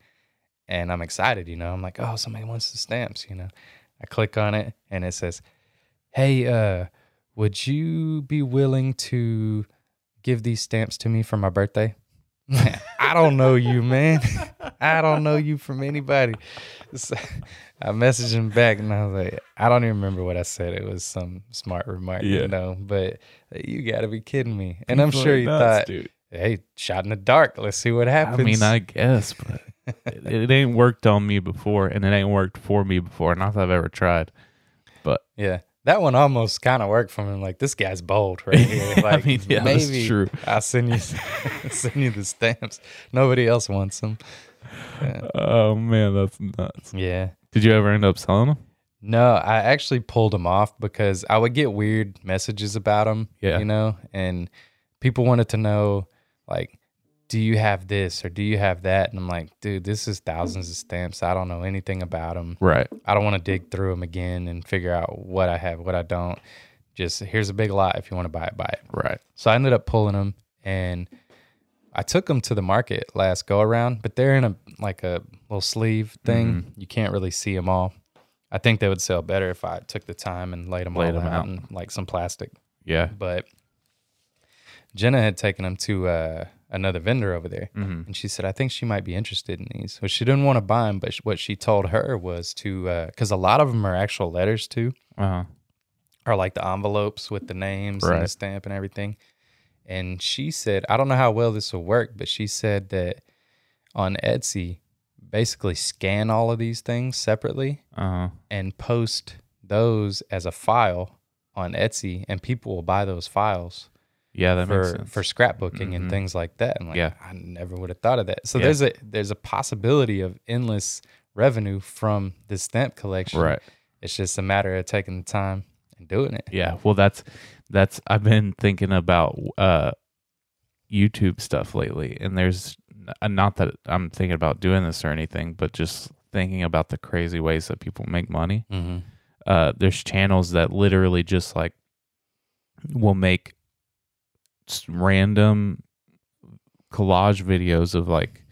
S2: and I'm excited, you know. I'm like, oh, somebody wants the stamps, you know. I click on it and it says, Hey, uh, would you be willing to give these stamps to me for my birthday? I don't know you, man. I don't know you from anybody. So I messaged him back and I was like, I don't even remember what I said. It was some smart remark,
S1: Yeah.
S2: you know, but uh, you gotta be kidding me. And I'm
S1: People
S2: sure
S1: are
S2: you
S1: nuts,
S2: thought,
S1: dude.
S2: hey, shot in the dark. Let's see what
S1: I
S2: happens.
S1: mean, I guess, but it, it ain't worked on me before, and it ain't worked for me before. Not that I've ever tried. But
S2: Yeah. That one almost kind of worked for him. Like this guy's bold right here.
S1: I
S2: Like,
S1: mean, yeah, that's true.
S2: I'll send you, send you the stamps. Nobody else wants them.
S1: oh man, that's nuts.
S2: Yeah.
S1: Did you ever end up selling them?
S2: No, I actually pulled them off because I would get weird messages about them.
S1: Yeah.
S2: You know, and people wanted to know, like, do you have this or do you have that? And I'm like, dude, this is thousands of stamps. I don't know anything about them.
S1: Right.
S2: I don't want to dig through them again and figure out what I have, what I don't. Just here's a big lot. If you want to buy it, buy it.
S1: Right.
S2: So I ended up pulling them and I took them to the market last go around, but they're in a like a little sleeve thing.
S1: Mm-hmm.
S2: You can't really see them all. I think they would sell better if I took the time and laid them
S1: Laid
S2: all
S1: 'em
S2: out,
S1: out.
S2: in like some plastic.
S1: Yeah.
S2: But Jenna had taken them to uh, another vendor over there,
S1: Mhm.
S2: and she said, "I think she might be interested in these." Well, she didn't want to buy them, but sh- what she told her was to because a lot of them are actual letters too
S1: Uh-huh.
S2: are like the envelopes with the names and the
S1: Right.
S2: stamp and everything. And she said, I don't know how well this will work, but she said that on Etsy, basically scan all of these things separately
S1: Uh-huh.
S2: and post those as a file on Etsy, and people will buy those files
S1: Yeah, that makes
S2: for
S1: sense.
S2: for scrapbooking and
S1: Mhm.
S2: things like that. And like,
S1: Yeah.
S2: I never would have thought of that. So
S1: Yeah.
S2: there's a there's a possibility of endless revenue from this stamp collection.
S1: right.
S2: It's just a matter of taking the time and doing it.
S1: Yeah. Well, that's that's I've been thinking about uh YouTube stuff lately and there's uh, not that I'm thinking about doing this or anything, but just thinking about the crazy ways that people make money.
S2: Mm-hmm.
S1: uh, there's channels that literally just like will make s- random collage videos of like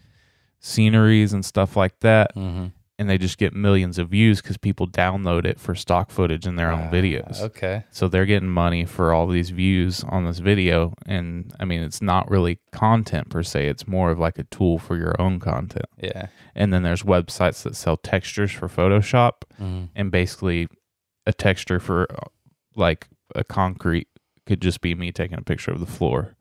S1: sceneries and stuff like that
S2: Mm-hmm.
S1: and they just get millions of views because people download it for stock footage in their own
S2: Ah,
S1: videos
S2: Okay.
S1: so they're getting money for all these views on this video and i mean it's not really content per se it's more of like a tool for your own content
S2: Yeah.
S1: and then there's websites that sell textures for photoshop
S2: Mm.
S1: and basically a texture for uh, like a concrete could just be me taking a picture of the floor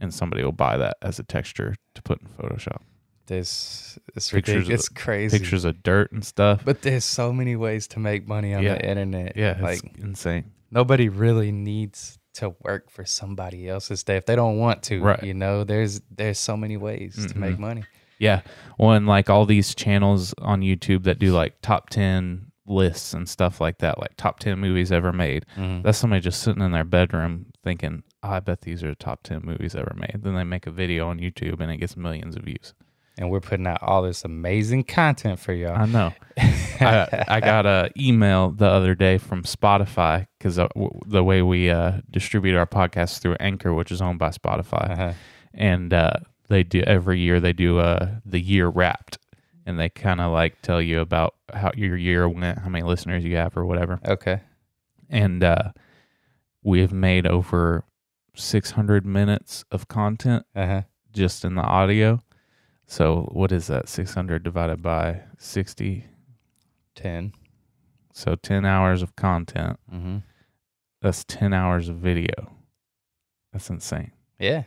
S1: and somebody will buy that as a texture to put in photoshop
S2: There's
S1: Pictures of
S2: it's ridiculous. It's crazy.
S1: pictures of dirt and stuff
S2: But there's so many ways to make money on
S1: Yeah.
S2: the internet.
S1: yeah it's
S2: Like
S1: insane
S2: nobody really needs to work for somebody else's day if they don't want to.
S1: Right. Mm-hmm.
S2: You know, there's there's so many ways to make money.
S1: yeah well and like all these channels on youtube that do like top 10 lists and stuff like that like top 10 movies ever made that's somebody just sitting in their bedroom thinking i bet these are the top 10 movies ever made then they make a video on youtube and it gets millions of views
S2: And we're putting out all this amazing content for y'all.
S1: I know. I, I got a email the other day from Spotify because w- the way we uh, distribute our podcast through Anchor, which is owned by Spotify,
S2: Uh-huh.
S1: and uh, they do every year they do uh, the year wrapped, and they kind of like tell you about how your year went, how many listeners you have, or whatever.
S2: Okay.
S1: And uh, we have made over 600 minutes of content
S2: Uh-huh.
S1: just in the audio. So what is that? 600 divided by 60.
S2: 10
S1: So 10 hours of content.
S2: Mm-hmm.
S1: That's 10 hours of video. That's insane.
S2: Yeah.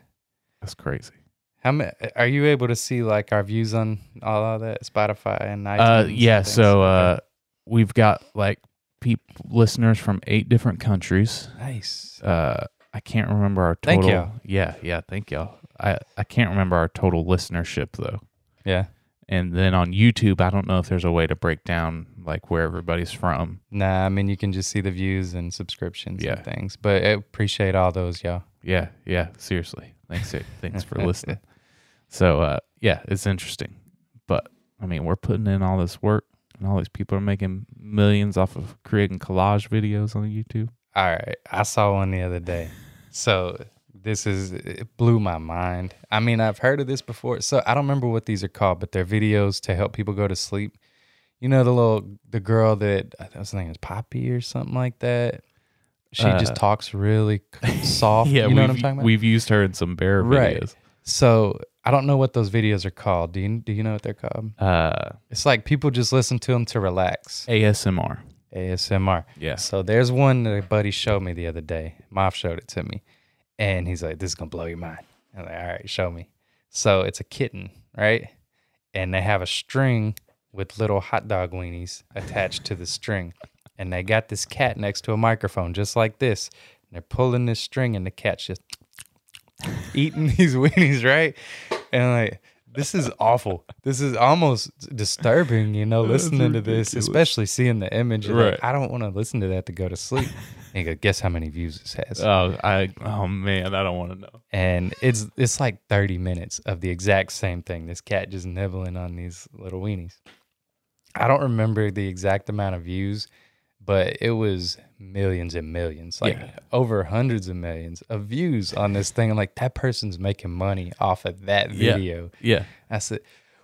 S1: That's crazy.
S2: How many are you able to see like our views on all of that Spotify and iTunes?
S1: Uh,
S2: and
S1: yeah.
S2: things?
S1: So
S2: Okay.
S1: uh, we've got like peop listeners from eight different countries.
S2: nice.
S1: Uh, I can't remember our
S2: Thank
S1: total.
S2: y'all.
S1: Yeah. Yeah. Thank y'all. I, I can't remember our total listenership though.
S2: Yeah.
S1: And then on YouTube, I don't know if there's a way to break down like where everybody's from.
S2: Nah, I mean you can just see the views and subscriptions
S1: Yeah.
S2: and things. But I appreciate all those, y'all.
S1: Yeah, yeah, seriously. Thanks, thanks for listening. So, uh, yeah, it's interesting, but I mean, we're putting in all this work, and all these people are making millions off of creating collage videos on YouTube.
S2: All right, I saw one the other day. So this is it blew my mind. I mean, I've heard of this before. So I don't remember what these are called, but they're videos to help people go to sleep. You know the little the girl that I think her name is Poppy or something like that. She
S1: Uh,
S2: just talks really soft.
S1: Yeah,
S2: you know what I'm
S1: we've-
S2: talking about.
S1: We've used her in some bear
S2: Right.
S1: videos.
S2: So I don't know what those videos are called. Do you do you know what they're called?
S1: Uh,
S2: It's like people just listen to them to relax.
S1: ASMR.
S2: ASMR.
S1: Yeah.
S2: So there's one that a buddy showed me the other day. Moff showed it to me. And he's like, This is gonna blow your mind. I'm like, all right, show me. So it's a kitten, right? And they have a string with little hot dog weenies attached to the string. And they got this cat next to a microphone, just like this. And they're pulling this string and the cat's just eating these weenies, right? And like this is awful. This is almost disturbing, you know, listening to this,
S1: ridiculous.
S2: especially seeing the image. You're like,
S1: Right.
S2: I don't want to listen to that to go to sleep. and you go, guess how many views this has?
S1: Oh, I. Oh man, I don't want to know.
S2: and it's it's like 30 minutes of the exact same thing. This cat just nibbling on these little weenies. I don't remember the exact amount of views, but it was millions and millions, like
S1: Yeah.
S2: over hundreds of millions of views on this thing. I'm like, that person's making money off of that
S1: Yeah.
S2: video.
S1: Yeah.
S2: I said,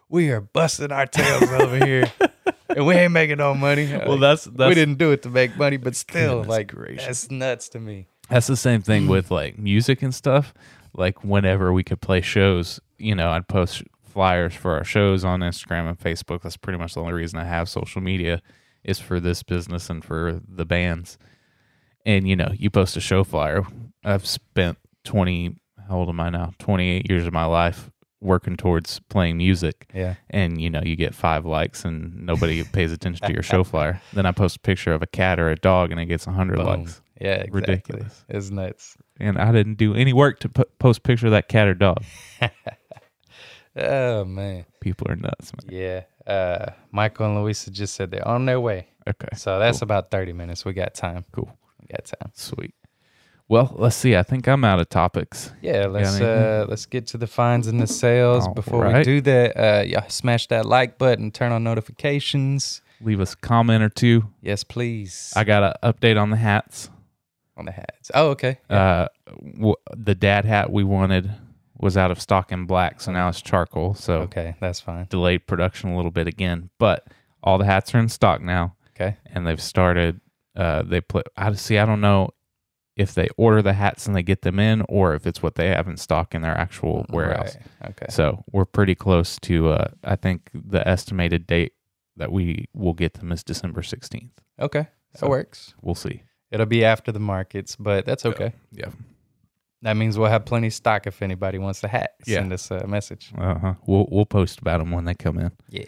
S2: we are busting our tails over here, and we ain't making no money.
S1: Well, that's that's
S2: we didn't do it to make money, but still,
S1: Goodness
S2: like,
S1: gracious.
S2: that's nuts to me.
S1: That's the same thing with like music and stuff. Like whenever we could play shows, you know, I'd post flyers for our shows on Instagram and Facebook. That's pretty much the only reason I have social media is for this business and for the bands. And you know, you post a show flyer. I've spent 20 how old am I now? 28 years of my life working towards playing music
S2: Yeah,
S1: and you know you get five likes and nobody pays attention to your show flyer then i post a picture of a cat or a dog and it gets 100 likes
S2: Yeah, exactly.
S1: Ridiculous.
S2: It's nuts.
S1: and i didn't do any work to po- post picture of that cat or dog
S2: Oh man,
S1: people are nuts man
S2: yeah. Uh, Michael and Louisa just said they're on their way,
S1: okay
S2: so that's about 30 minutes. We got time.
S1: Cool.
S2: we got time.
S1: sweet well let's see i think i'm out of topics
S2: Yeah, let's
S1: anything?
S2: uh, let's get to the fines and the sales.
S1: All
S2: Before we
S1: right.
S2: do that, uh, y'all smash that like button, turn on notifications.
S1: leave us a comment or two
S2: Yes, please.
S1: i got an update on the hats
S2: on the hats. Oh, okay.
S1: uh w- the dad hat we wanted was out of stock in black so now it's charcoal so
S2: Okay, that's fine.
S1: delayed production a little bit again but all the hats are in stock now
S2: Okay.
S1: and they've started uh they play i see i don't know if they order the hats and they get them in or if it's what they have in stock in their actual warehouse
S2: Right. Okay.
S1: so we're pretty close to uh i think the estimated date that we will get them is december 16th
S2: Okay. That
S1: So-
S2: works.
S1: we'll see
S2: It'll be after the markets, but that's okay.
S1: yeah
S2: That means we'll have plenty of stock if anybody wants the hat.
S1: Yeah.
S2: Send us a message.
S1: uh-huh we'll, we'll post about them when they come in
S2: Yeah.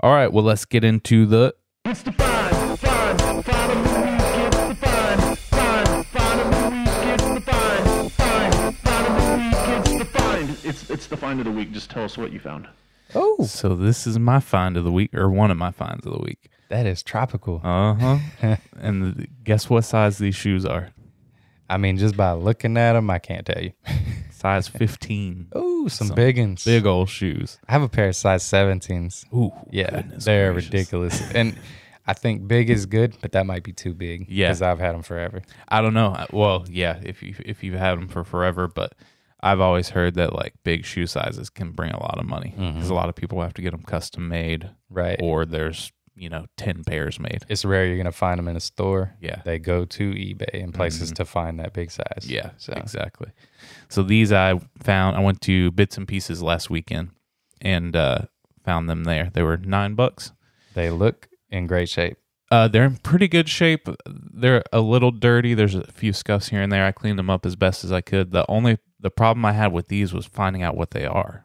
S1: all right well let's get into the
S3: It's, it's the find of the week. Just tell us what you found.
S2: Oh,
S1: so this is my find of the week or one of my finds of the week
S2: that is tropical.
S1: uh-huh and th- guess what size these shoes are
S2: I mean, just by looking at them, I can't tell you.
S1: size 15
S2: Oh, some big ones.
S1: big old shoes
S2: I have a pair of size 17s.
S1: Ooh,
S2: Yeah,
S1: goodness
S2: they're
S1: gracious.
S2: ridiculous. and I think big is good, but that might be too big.
S1: Yeah.
S2: Because I've had them forever.
S1: I don't know. I- Well, yeah, if you if you've had them for forever, but I've always heard that like big shoe sizes can bring a lot of money because a lot of people have to get them custom made,
S2: Right.
S1: Or there's you know ten pairs made.
S2: it's rare you're going to find them in a store.
S1: Yeah, Mm-hmm.
S2: They go to eBay and places to find that big size.
S1: yeah,
S2: So,
S1: exactly. So these I found. I went to Bits and Pieces last weekend and uh, found them there. They were nine bucks.
S2: They look in great shape.
S1: Uh, they're in pretty good shape. They're a little dirty. There's a few scuffs here and there. I cleaned them up as best as I could. The only the problem I had with these was finding out what they are.
S2: Are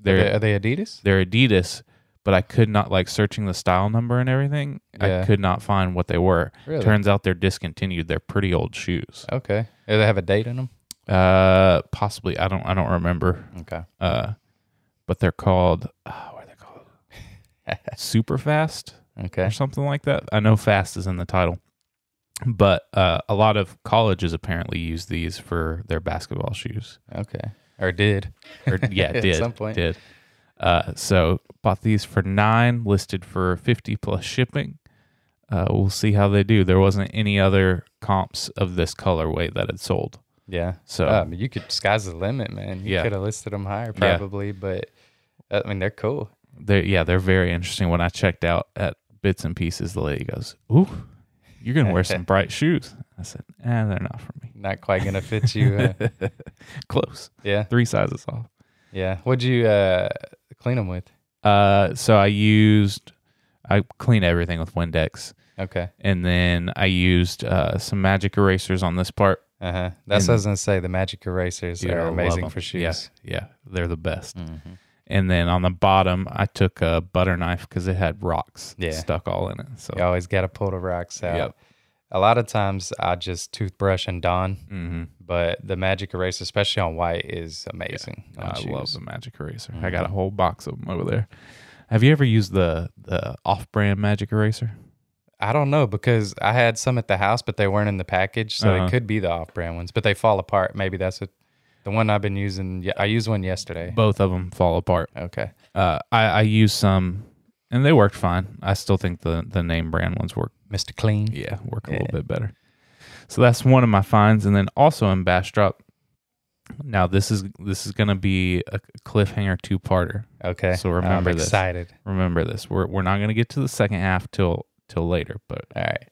S2: they,
S1: They're
S2: are they Adidas?
S1: they're Adidas, but I could not like searching the style number and everything.
S2: Yeah.
S1: I could not find what they were.
S2: Really?
S1: Turns out they're discontinued. They're pretty old shoes.
S2: Okay. Do they have a date in them?
S1: Uh, possibly. I don't. I don't remember.
S2: Okay.
S1: Uh, but they're called. Uh, what are they called? super fast or
S2: Okay.
S1: something like that. I know fast is in the title, but uh, a lot of colleges apparently use these for their basketball shoes.
S2: Okay. Or did.
S1: Or yeah,
S2: At
S1: did
S2: some point.
S1: did. Uh, so bought these for nine, listed for fifty plus shipping. Uh, we'll see how they do. There wasn't any other comps of this colorway that had sold.
S2: Yeah.
S1: So
S2: Um, you could sky's the limit, man. You
S1: Yeah.
S2: could have listed them higher
S1: Yeah.
S2: probably, but uh, I mean they're cool.
S1: they're yeah, they're very interesting. When I checked out at bits and pieces, the lady goes, "Ooh, you're gonna wear some bright shoes." I said, "Ah, they're not for me.
S2: Not quite gonna fit you. Uh,
S1: Close,
S2: yeah.
S1: three sizes off."
S2: Yeah. What'd you uh, clean them with?
S1: Uh, so I used, I clean everything with Windex,
S2: Okay.
S1: and then I used uh, some magic erasers on this part.
S2: Uh huh. That's what I was gonna say. The magic erasers
S1: Dude, I
S2: are
S1: love
S2: amazing
S1: 'em.
S2: for shoes.
S1: Yeah, yeah, they're the best.
S2: Mhm.
S1: And then on the bottom, I took a butter knife because it had rocks
S2: Yeah.
S1: stuck all in it. So
S2: You always gotta pull the rocks out.
S1: Yep.
S2: A lot of times I just toothbrush and don,
S1: mhm.
S2: but the magic eraser, especially on white, is amazing. on
S1: I love
S2: shoes. Mm-hmm.
S1: the magic eraser. I got a whole box of them over there. Have you ever used the the off brand magic eraser?
S2: I don't know because I had some at the house, but they weren't in the package, so
S1: Uh-huh.
S2: they could be the off-brand ones, but they fall apart. Maybe that's what the one I've been using. Yeah, I used one yesterday.
S1: Both of them fall apart.
S2: okay,
S1: Uh, I, I used some, and they worked fine. I still think the the name brand ones work
S2: Mister Clean.
S1: yeah work a
S2: Yeah.
S1: little bit better so that's one of my finds and then also in bastrop now this is this is going to be a cliffhanger two-parter
S2: Okay,
S1: So remember
S2: I'm
S1: this.
S2: excited.
S1: remember this we're, we're not going to get to the second half till till later but
S2: All right.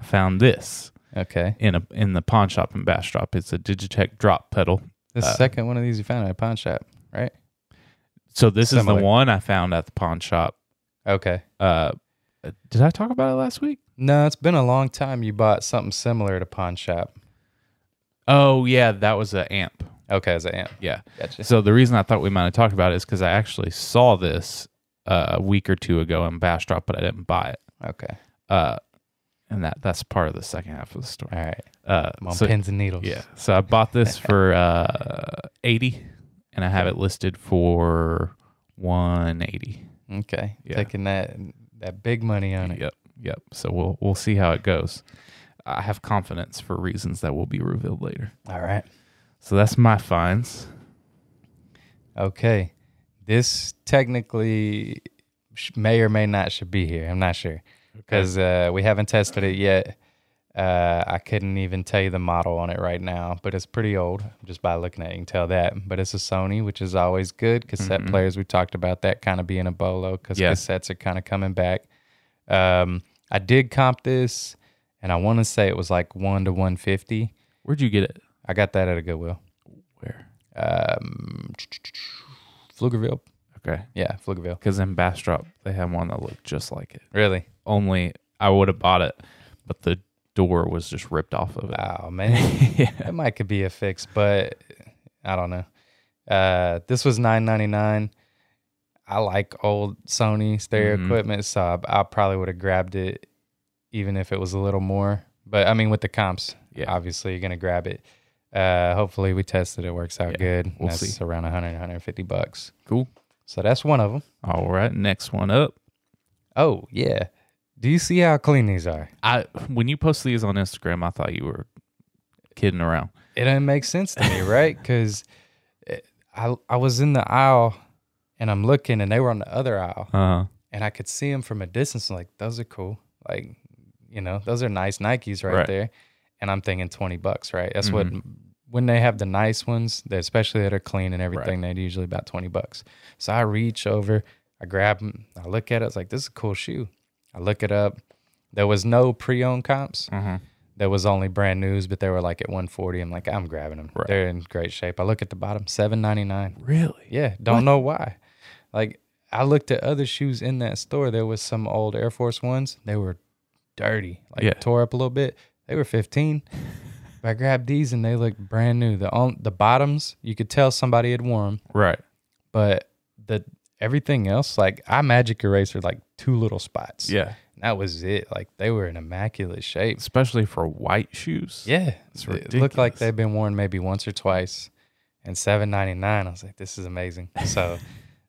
S1: i found this
S2: Okay,
S1: in a in the pawn shop in bastrop it's a digitech drop pedal
S2: the
S1: Uh,
S2: second one of these you found at a pawn shop, right?
S1: so this is
S2: Similar.
S1: the one i found at the pawn shop
S2: Okay.
S1: uh did i talk about it last week
S2: No, it's been a long time. You bought something similar at a pawn shop.
S1: oh yeah that was an amp
S2: Okay, as an amp.
S1: yeah
S2: Gotcha.
S1: So the reason I thought we might have talked about it is because I actually saw this uh, a week or two ago in Bastrop, but I didn't buy it.
S2: Okay.
S1: Uh, and that that's part of the second half of the story.
S2: All right.
S1: Uh,
S2: I'm on
S1: so,
S2: pins and needles.
S1: yeah. So I bought this for uh, eighty, and I have it listed for one eighty.
S2: Okay.
S1: Yeah.
S2: Taking that that big money on it.
S1: Yep. Yep. So we'll we'll see how it goes. I have confidence for reasons that will be revealed later.
S2: All right.
S1: So that's my finds.
S2: Okay. This technically sh- may or may not should be here. I'm not sure because uh, we haven't tested it yet. Uh, I couldn't even tell you the model on it right now, but it's pretty old just by looking at it. You can tell that. But it's a Sony, which is always good. Cassette players, we talked about that kind of being a bolo because
S1: Yeah.
S2: cassettes are kind of coming back. Um, I did comp this, and I want to say it was like one to 150.
S1: Where'd you get it?
S2: I got that at a Goodwill.
S1: Where?
S2: Um, Pflugerville.
S1: Okay.
S2: Yeah, Pflugerville.
S1: Because in Bastrop they have one that looked just like it.
S2: Really?
S1: only I would have bought it, but the door was just ripped off of it.
S2: Oh man, that might could be a fix, but I don't know. Uh, this was nine ninety nine. I like old Sony stereo
S1: Mhm.
S2: equipment, so I, I probably would have grabbed it, even if it was a little more. But I mean, with the comps,
S1: Yeah.
S2: obviously you're gonna grab it. Uh, hopefully we tested it, works out good.
S1: we'll
S2: that's
S1: see.
S2: around 100, 150 bucks.
S1: Cool.
S2: So that's one of them.
S1: All right, next one up.
S2: Oh yeah. Do you see how clean these are?
S1: I when you post these on Instagram, I thought you were kidding around.
S2: it didn't make sense to me, right? Because I I was in the aisle and I'm looking, and they were on the other aisle,
S1: Uh,
S2: and I could see them from a distance. I'm like those are cool, like you know, those are nice Nikes right,
S1: Right.
S2: there. And I'm thinking twenty bucks, right? That's what when they have the nice ones, they, especially that are clean and everything, they're usually about twenty bucks. So I reach over, I grab them, I look at it, I was like, this is a cool shoe. I look it up. There was no pre-owned comps
S1: uh
S2: that was only brand news, but they were like at 140. I'm like, I'm grabbing them.
S1: Right.
S2: They're in great shape. I look at the bottom, 799.
S1: Really?
S2: Yeah, don't know why. Like I looked at other shoes in that store. There was some old Air Force ones. They were dirty, like
S1: Yeah.
S2: tore up a little bit. They were 15. but I grabbed these and they looked brand new. The on the bottoms, you could tell somebody had worn 'em,
S1: Right.
S2: but the everything else, like I magic eraser like two little spots.
S1: Yeah.
S2: That was it. Like they were in immaculate shape.
S1: Especially for white shoes.
S2: Yeah,
S1: It's
S2: it looked like
S1: ridiculous.
S2: they've been worn maybe once or twice. And seven ninety nine, I was like, this is amazing. So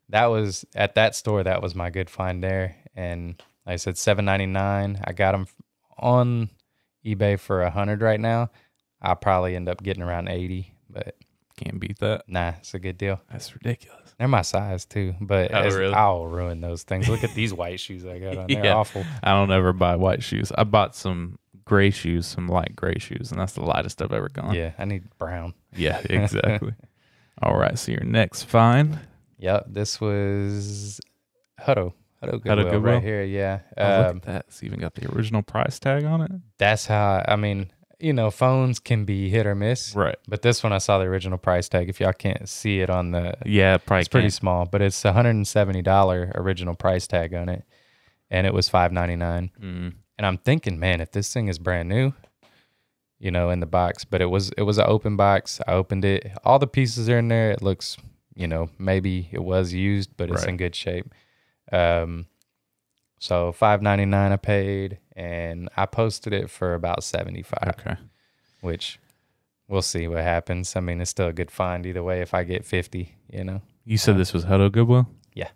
S2: that was at that store. That was my good find there, and like I said, seven ninety nine. I got them on eBay for a hundred right now. I'll probably end up getting around eighty, but
S1: Can't beat that.
S2: nah, it's a good deal.
S1: That's ridiculous.
S2: They're my size too, but
S1: Oh,
S2: it's-
S1: really?
S2: I'll ruin those things. Look at these white shoes I got on. They're
S1: Yeah.
S2: awful.
S1: I don't ever buy white shoes. I bought some gray shoes, some light gray shoes, and that's the lightest I've ever gone.
S2: Yeah, I need brown.
S1: Yeah, exactly. All right, so your next find.
S2: Yep, this was Hutto. Hutto Goodwill,
S1: Goodwill?
S2: right here. Yeah,
S1: Oh, look
S2: um,
S1: at that. It's even got the original price tag on it.
S2: that's how. I mean, you know, phones can be hit or miss,
S1: Right.
S2: but this one I saw the original price tag. If y'all can't see it on the,
S1: Yeah, probably
S2: it's pretty
S1: can't-
S2: small, but it's a hundred and seventy dollar original price tag on it, and it was five ninety nine.
S1: Mm.
S2: And I'm thinking, man, if this thing is brand new, you know, in the box, but it was it was an open box. I opened it. All the pieces are in there. It looks, you know, maybe it was used, but it's
S1: Right.
S2: in good shape. Um, so five ninety nine I paid, and I posted it for about seventy five
S1: Okay.
S2: which we'll see what happens. I mean, it's still a good find either way if I get 50, you know?
S1: You said this was Hutto Goodwill?
S2: Yeah.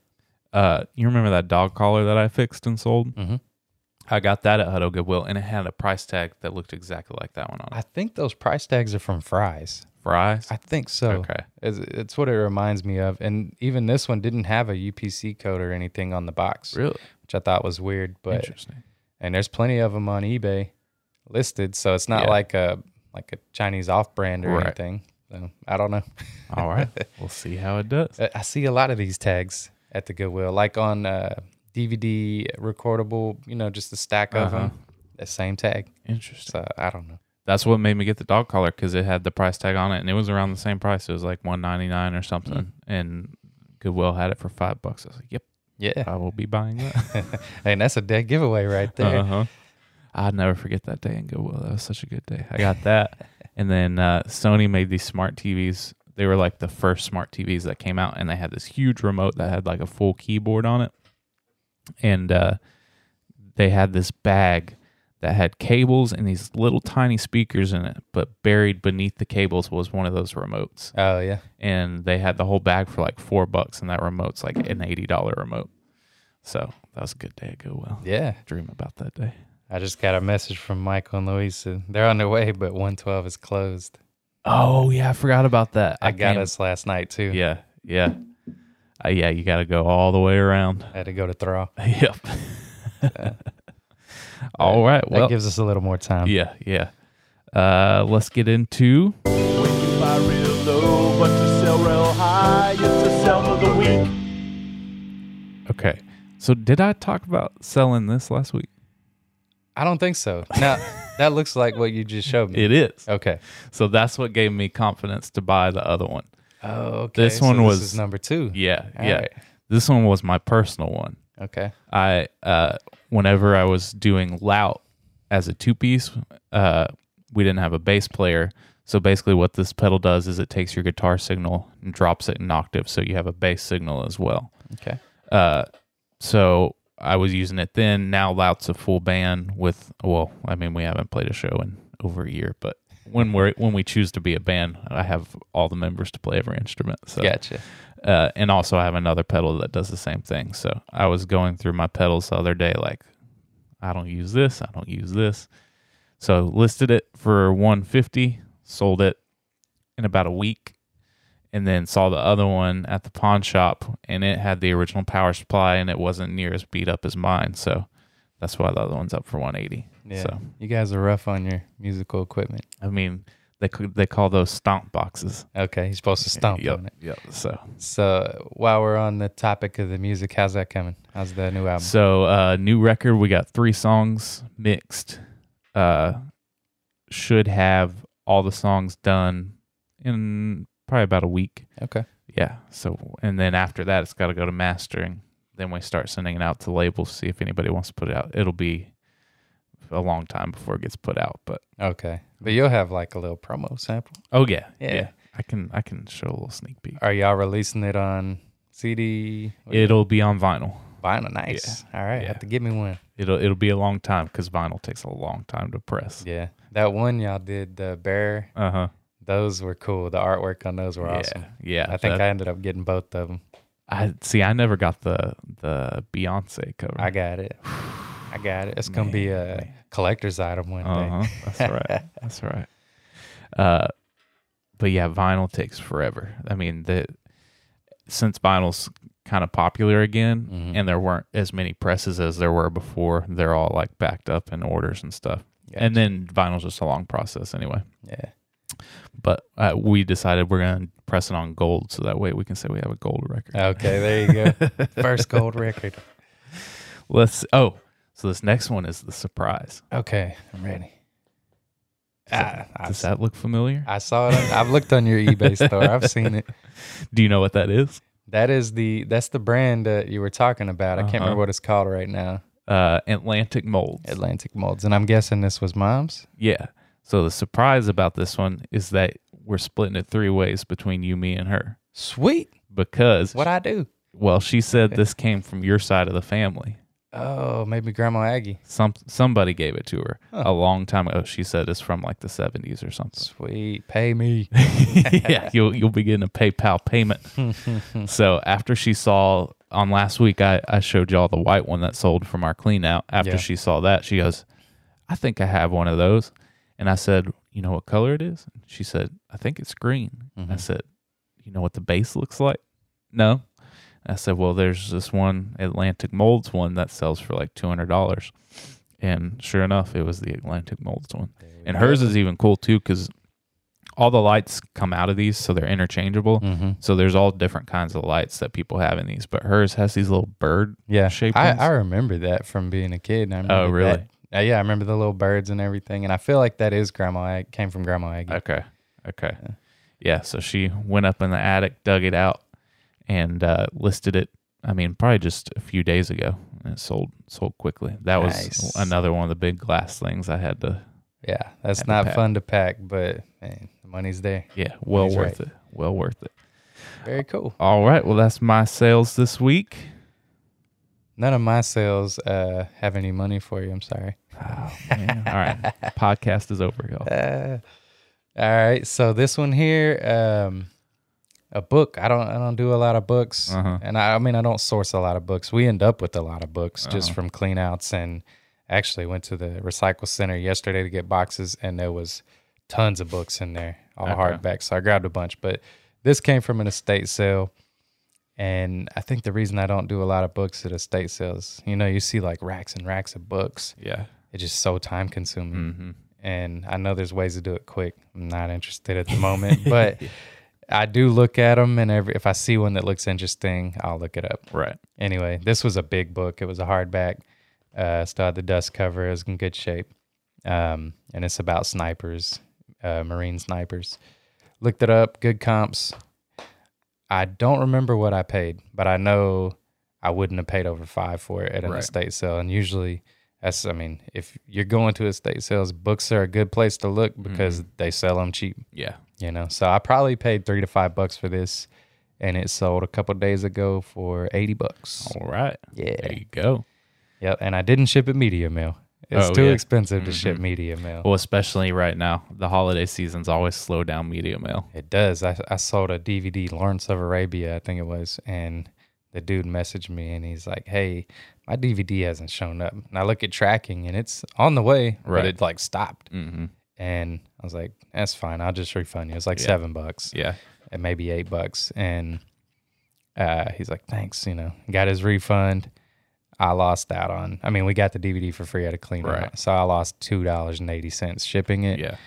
S1: Uh, you remember that dog collar that I fixed and sold?
S2: Mm-hmm.
S1: I got that at Hutto Goodwill, and it had a price tag that looked exactly like that one on it.
S2: I think those price tags are from Fry's.
S1: Fries?
S2: I think so.
S1: Okay.
S2: It's, it's what it reminds me of. And even this one didn't have a UPC code or anything on the box,
S1: Really?
S2: which I thought was weird. But
S1: Interesting.
S2: and there's plenty of them on eBay listed, so it's not
S1: Yeah.
S2: like a like a Chinese off brand or
S1: Right.
S2: anything. So I don't know.
S1: All right. we'll see how it does.
S2: Uh, I see a lot of these tags at the Goodwill, like on uh, DVD recordable, you know, just a stack of
S1: Uh-huh.
S2: them. The same tag.
S1: Interesting.
S2: So I don't know.
S1: That's what made me get the dog collar because it had the price tag on it, and it was around the same price. It was like one ninety nine or something, and Goodwill had it for five bucks. I was like, "Yep,
S2: Yeah.
S1: I will be buying that."
S2: and that's a dead giveaway right there.
S1: uh-huh. I'll never forget that day in Goodwill. That was such a good day. I got that, and then uh, Sony made these smart TVs. They were like the first smart TVs that came out, and they had this huge remote that had like a full keyboard on it, and uh, they had this bag that had cables and these little tiny speakers in it, but buried beneath the cables was one of those remotes.
S2: Oh, yeah.
S1: And they had the whole bag for like four bucks, and that remote's like an eighty dollar remote. So that was a good day at Goodwill.
S2: Yeah.
S1: Dream about that day.
S2: I just got a message from Michael and Luisa. They're on their way, but 112 is closed.
S1: Oh yeah, I forgot about that.
S2: I, got
S1: came-
S2: us last night, too.
S1: Yeah, yeah, uh, yeah. You got to go all the way around.
S2: I had to go to Thraw.
S1: Yep. all right.
S2: That
S1: Well,
S2: gives us a little more time.
S1: yeah, yeah. Uh, let's get into
S4: buy real low, but to sell real high, it's the sell of the week.
S1: Okay. So did I talk about selling this last week?
S2: I don't think so. Now, that looks like what you just showed me.
S1: It is.
S2: okay.
S1: Oh. So that's what gave me confidence to buy the other one.
S2: Oh, okay.
S1: This
S2: So
S1: one was-
S2: is number two.
S1: Yeah,
S2: All
S1: yeah.
S2: right.
S1: This one was my personal one.
S2: Okay.
S1: I uh whenever I was doing lout as a two piece, uh we didn't have a bass player. So basically what this pedal does is it takes your guitar signal and drops it in octave so you have a bass signal as well.
S2: Okay.
S1: Uh, so I was using it then. Now Lout's a full band with. Well, I mean, we haven't played a show in over a year, but when we're when we choose to be a band, I have all the members to play every instrument. So
S2: Gotcha.
S1: uh, and also I have another pedal that does the same thing. So I was going through my pedals the other day, like I don't use this, I don't use this. So listed it for 150, sold it in about a week, and then saw the other one at the pawn shop, and it had the original power supply, and it wasn't near as beat up as mine. So that's why the other one's up for 180.
S2: Yeah.
S1: So
S2: You guys are rough on your musical equipment.
S1: I mean, they c- they call those stomp boxes.
S2: Okay, you're supposed to stomp
S1: Yep,
S2: on it.
S1: yep. So
S2: So while we're on the topic of the music, how's that coming? How's the new album?
S1: So uh new record, we got three songs mixed. Uh should have all the songs done in probably about a week.
S2: Okay.
S1: Yeah. So and then after that it's gotta go to mastering. Then we start sending it out to labels, see if anybody wants to put it out. It'll be a long time before it gets put out, but
S2: Okay. But you'll have like a little promo sample.
S1: oh yeah.
S2: Yeah.
S1: I can I can show a little sneak peek.
S2: Are y'all releasing it on CD?
S1: It'll be on vinyl.
S2: Vinyl. Nice. All right.
S1: Yeah.
S2: Have to give me one.
S1: It'll it'll be a long time because vinyl takes a long time to press.
S2: Yeah. That one y'all did, the bear,
S1: Uh huh.
S2: those were cool. The artwork on those were awesome.
S1: Yeah.
S2: I think
S1: that-
S2: I ended up getting both of them.
S1: I see. I never got the the Beyonce cover.
S2: I got it. I got it. It's gonna be a collector's item one
S1: uh-huh.
S2: day.
S1: That's right. That's right. Uh, but yeah, vinyl takes forever. I mean, the since vinyl's kind of popular again,
S2: Mm-hmm.
S1: and there weren't as many presses as there were before, they're all like backed up in orders and stuff. And then vinyl's just a long process anyway.
S2: Yeah.
S1: But uh, we decided we're gonna press it on gold, so that way we can say we have a gold record.
S2: Okay, there you go. First gold record.
S1: Let's. Oh, so this next one is the surprise.
S2: Okay, I'm ready. Ah, I,
S1: Does that look familiar?
S2: I saw it. On, I've looked on your eBay store. I've seen it.
S1: Do you know what that is?
S2: That is the that's the brand that you were talking about. I can't
S1: Uh-huh.
S2: remember what it's called right now.
S1: Uh, Atlantic molds.
S2: Atlantic molds, and I'm guessing this was mom's.
S1: Yeah. So the surprise about this one is that we're splitting it three ways between you, me, and her
S2: Sweet.
S1: because
S2: What I do?
S1: well, she said this came from your side of the family.
S2: Oh, maybe Grandma Aggie.
S1: Some somebody gave it to her
S2: Huh.
S1: a long time ago. She said it's from like the seventies or something.
S2: Sweet. Pay me.
S1: yeah, you'll you'll be getting a PayPal payment. so after she saw on last week, I I showed y'all the white one that sold from our clean out. After
S2: Yeah.
S1: she saw that, she goes, "I think I have one of those." And I said, "You know what color it is?" And she said, "I think it's green." And I said, "You know what the base looks like?" No. And I said, "Well, there's this one Atlantic Molds one that sells for like two hundred dollars." And sure enough, it was the Atlantic Molds one. And hers is even cool too because all the lights come out of these, so they're interchangeable.
S2: Mm-hmm.
S1: So there's all different kinds of lights that people have in these, but hers has these little bird
S2: Yeah,
S1: shaped
S2: I,
S1: ones.
S2: I remember that from being a kid. and I remember
S1: Oh, really?
S2: that- uh, yeah, I remember the little birds and everything, and I feel like that is Grandma. Ag- came from Grandma Aggie.
S1: Okay. Okay. Yeah. So she went up in the attic, dug it out, and uh, listed it. I mean, probably just a few days ago, and it sold sold quickly. That was
S2: Nice.
S1: another one of the big glass things I had to.
S2: yeah, that's
S1: Had to
S2: not
S1: pack.
S2: fun to pack, but man, the money's there.
S1: Yeah, well
S2: He's
S1: worth it. Well worth it.
S2: Very cool.
S1: All right. Well, that's my sales this week.
S2: None of my sales uh, have any money for you. I'm sorry.
S1: Man, All right. Podcast is over, y'all.
S2: All right, so this one here, um, a book. I don't, I don't do a lot of books,
S1: Uh-huh.
S2: and I, I mean, I don't source a lot of books. We end up with a lot of books just from cleanouts, and actually went to the recycle center yesterday to get boxes, and there was tons of books in there, all hardback. So I grabbed a bunch, but this came from an estate sale, and I think the reason I don't do a lot of books at estate sales, you know, you see like racks and racks of books,
S1: Yeah.
S2: it's just so time consuming. And I know there's ways to do it quick. I'm not interested at the moment, but I do look at them. And every, if I see one that looks interesting, I'll look it up.
S1: Right.
S2: Anyway, this was a big book. It was a hardback. Uh, still had the dust cover. It was in good shape. Um, and it's about snipers, uh, Marine snipers. Looked it up. Good comps. I don't remember what I paid, but I know I wouldn't have paid over five for it at an
S1: Right.
S2: estate sale. And usually, that's I mean, if you're going to estate sales, books are a good place to look because they sell them cheap
S1: Yeah.
S2: you know so i probably paid three to five bucks for this and it sold a couple days ago for 80 bucks
S1: All right.
S2: Yeah.
S1: There you go.
S2: yep and i didn't ship it media mail it's
S1: Oh,
S2: too
S1: yeah. Mm-hmm.
S2: expensive to ship media mail
S1: Well, especially right now, the holiday season's always slow down media mail.
S2: it does I, I sold a dvd lawrence of arabia i think it was and the dude messaged me and he's like hey my dvd hasn't shown up and i look at tracking and it's on the way
S1: Right.
S2: but it like stopped and i was like that's fine i'll just refund you it's like seven bucks
S1: Yeah.
S2: at maybe eight bucks. And uh, he's like, thanks, you know, got his refund. I lost out on, I mean, we got the DVD for free at a clean out,
S1: Right.
S2: So I lost $2.80 shipping it.
S1: Yeah.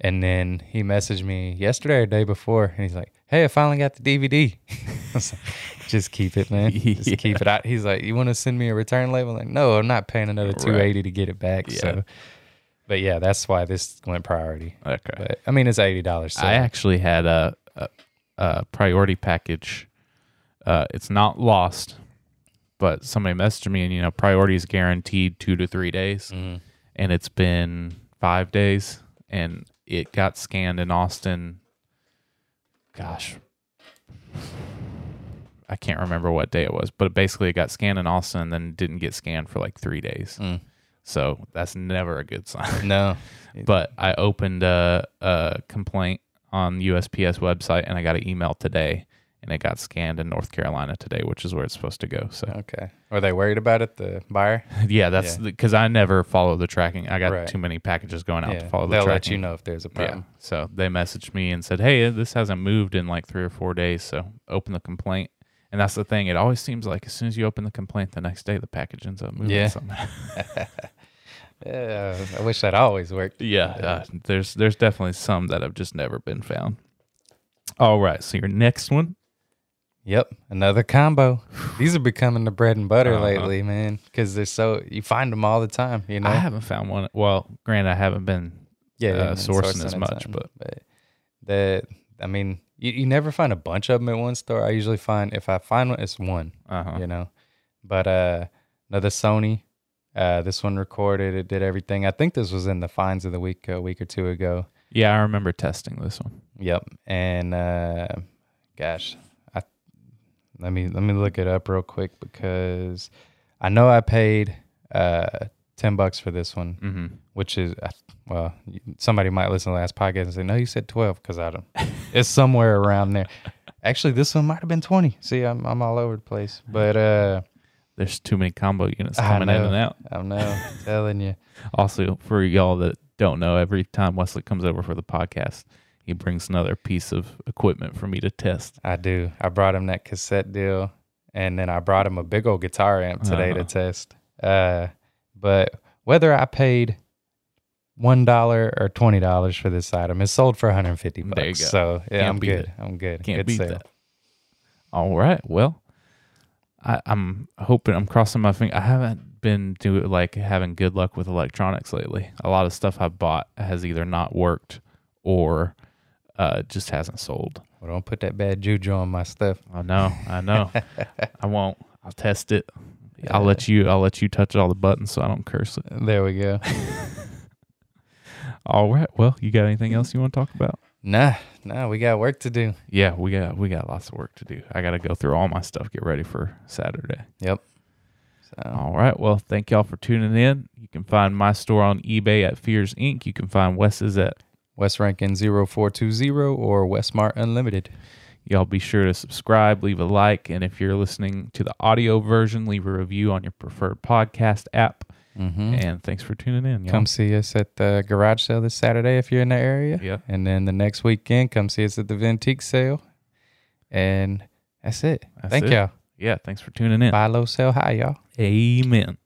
S2: And then he messaged me yesterday or day before and he's like, hey, I finally got the DVD. I was like, Just keep it, man. Just
S1: Yeah.
S2: keep it out. He's like, you want to send me a return label? I'm like, no, I'm not paying another 280 to get it back. So, but yeah, that's why this went priority.
S1: Okay.
S2: But I mean, it's $80. So
S1: I actually had a, a, a priority package. Uh, it's not lost, but somebody messaged me, and you know, priority is guaranteed two to three days, and it's been five days, and it got scanned in Austin. Gosh, I can't remember what day it was, but basically, it got scanned in Austin, and then didn't get scanned for like three days. So that's never a good sign
S2: no.
S1: but I opened a, a complaint on USPS website and I got an email today and it got scanned in North Carolina today, which is where it's supposed to go. So
S2: Okay. Are they worried about it, the buyer?
S1: yeah, that's
S2: Yeah.
S1: because I never follow the tracking. I got
S2: Right.
S1: too many packages going out
S2: Yeah.
S1: to follow the
S2: They'll
S1: tracking.
S2: let you know Um, if there's a
S1: Yeah.
S2: problem.
S1: So they messaged me and said, "Hey, this hasn't moved in like three or four days, so open the complaint." And that's the thing; it always seems like as soon as you open the complaint, the next day the package ends up moving.
S2: Yeah.
S1: somehow.
S2: Yeah. I wish that always worked.
S1: yeah. Uh, there's there's definitely some that have just never been found. All right, so your next one,
S2: Yep. Another combo. These are becoming the bread and butter
S1: Uh-huh.
S2: lately, man, because they're so, you find them all the time, you know?
S1: I haven't found one. Well, granted, I haven't been. uh,
S2: and
S1: sourcing as
S2: and
S1: much,
S2: something,
S1: but-
S2: that I mean, you, you never find a bunch of them at one store. I usually find if I find one, it's one,
S1: Uh-huh.
S2: you know. But uh, another Sony, uh, this one recorded. It did everything. I think this was in the finds of the week a week or two ago.
S1: Yeah, I remember testing this one.
S2: Yep, and uh, gosh, I let me let me look it up real quick because I know I paid uh ten bucks for this one
S1: hmm
S2: which is I- well, somebody might listen to the last podcast and say, "No, you said 12 because I don't." it's somewhere around there. Actually, this one might have been twenty. See, I'm I'm all over the place, but uh,
S1: There's too many combo units
S2: I
S1: coming in
S2: know.
S1: and out.
S2: I don't know. I'm telling you,
S1: Also, for y'all that don't know, every time Wesley comes over for the podcast, he brings another piece of equipment for me to test.
S2: I do. I brought him that cassette deal, and then I brought him a big old guitar amp today
S1: Uh-huh.
S2: to test. Uh, but whether I paid one dollar or twenty dollars for this item, it sold for 150 bucks.
S1: There you go.
S2: So yeah,
S1: Can't
S2: I'm
S1: beat
S2: good.
S1: it.
S2: I'm good.
S1: Can't
S2: good
S1: beat
S2: sale.
S1: that. All right. Well, I, I'm hoping I'm crossing my fingers. I haven't been doing like having good luck with electronics lately. A lot of stuff I bought has either not worked or uh, just hasn't sold.
S2: Well, don't put that bad juju on my stuff.
S1: I know. I know. I won't. I'll test it. I'll let you. I'll let you touch all the buttons so I don't curse it.
S2: There we go.
S1: All right. Well, you got anything else you want to talk about?
S2: nah, nah, we got work to do.
S1: Yeah, we got we got lots of work to do. I got to go through all my stuff, get ready for Saturday.
S2: Yep. So
S1: All right. Well, thank y'all for tuning in. You can find my store on eBay at Fears Inc. You can find Wes's at.
S2: West Rankin 0420 or Westmart Unlimited.
S1: Y'all be sure to subscribe, leave a like, and if you're listening to the audio version, leave a review on your preferred podcast app. And thanks for tuning in. Y'all.
S2: Mm-hmm. Come see us at the garage sale this Saturday if you're in the area.
S1: Yeah.
S2: And then the next weekend, come see us at the Ventique sale. And that's it.
S1: That's
S2: Thank
S1: it.
S2: y'all.
S1: Yeah. Thanks for tuning in.
S2: Buy low, sell high, y'all.
S1: Amen.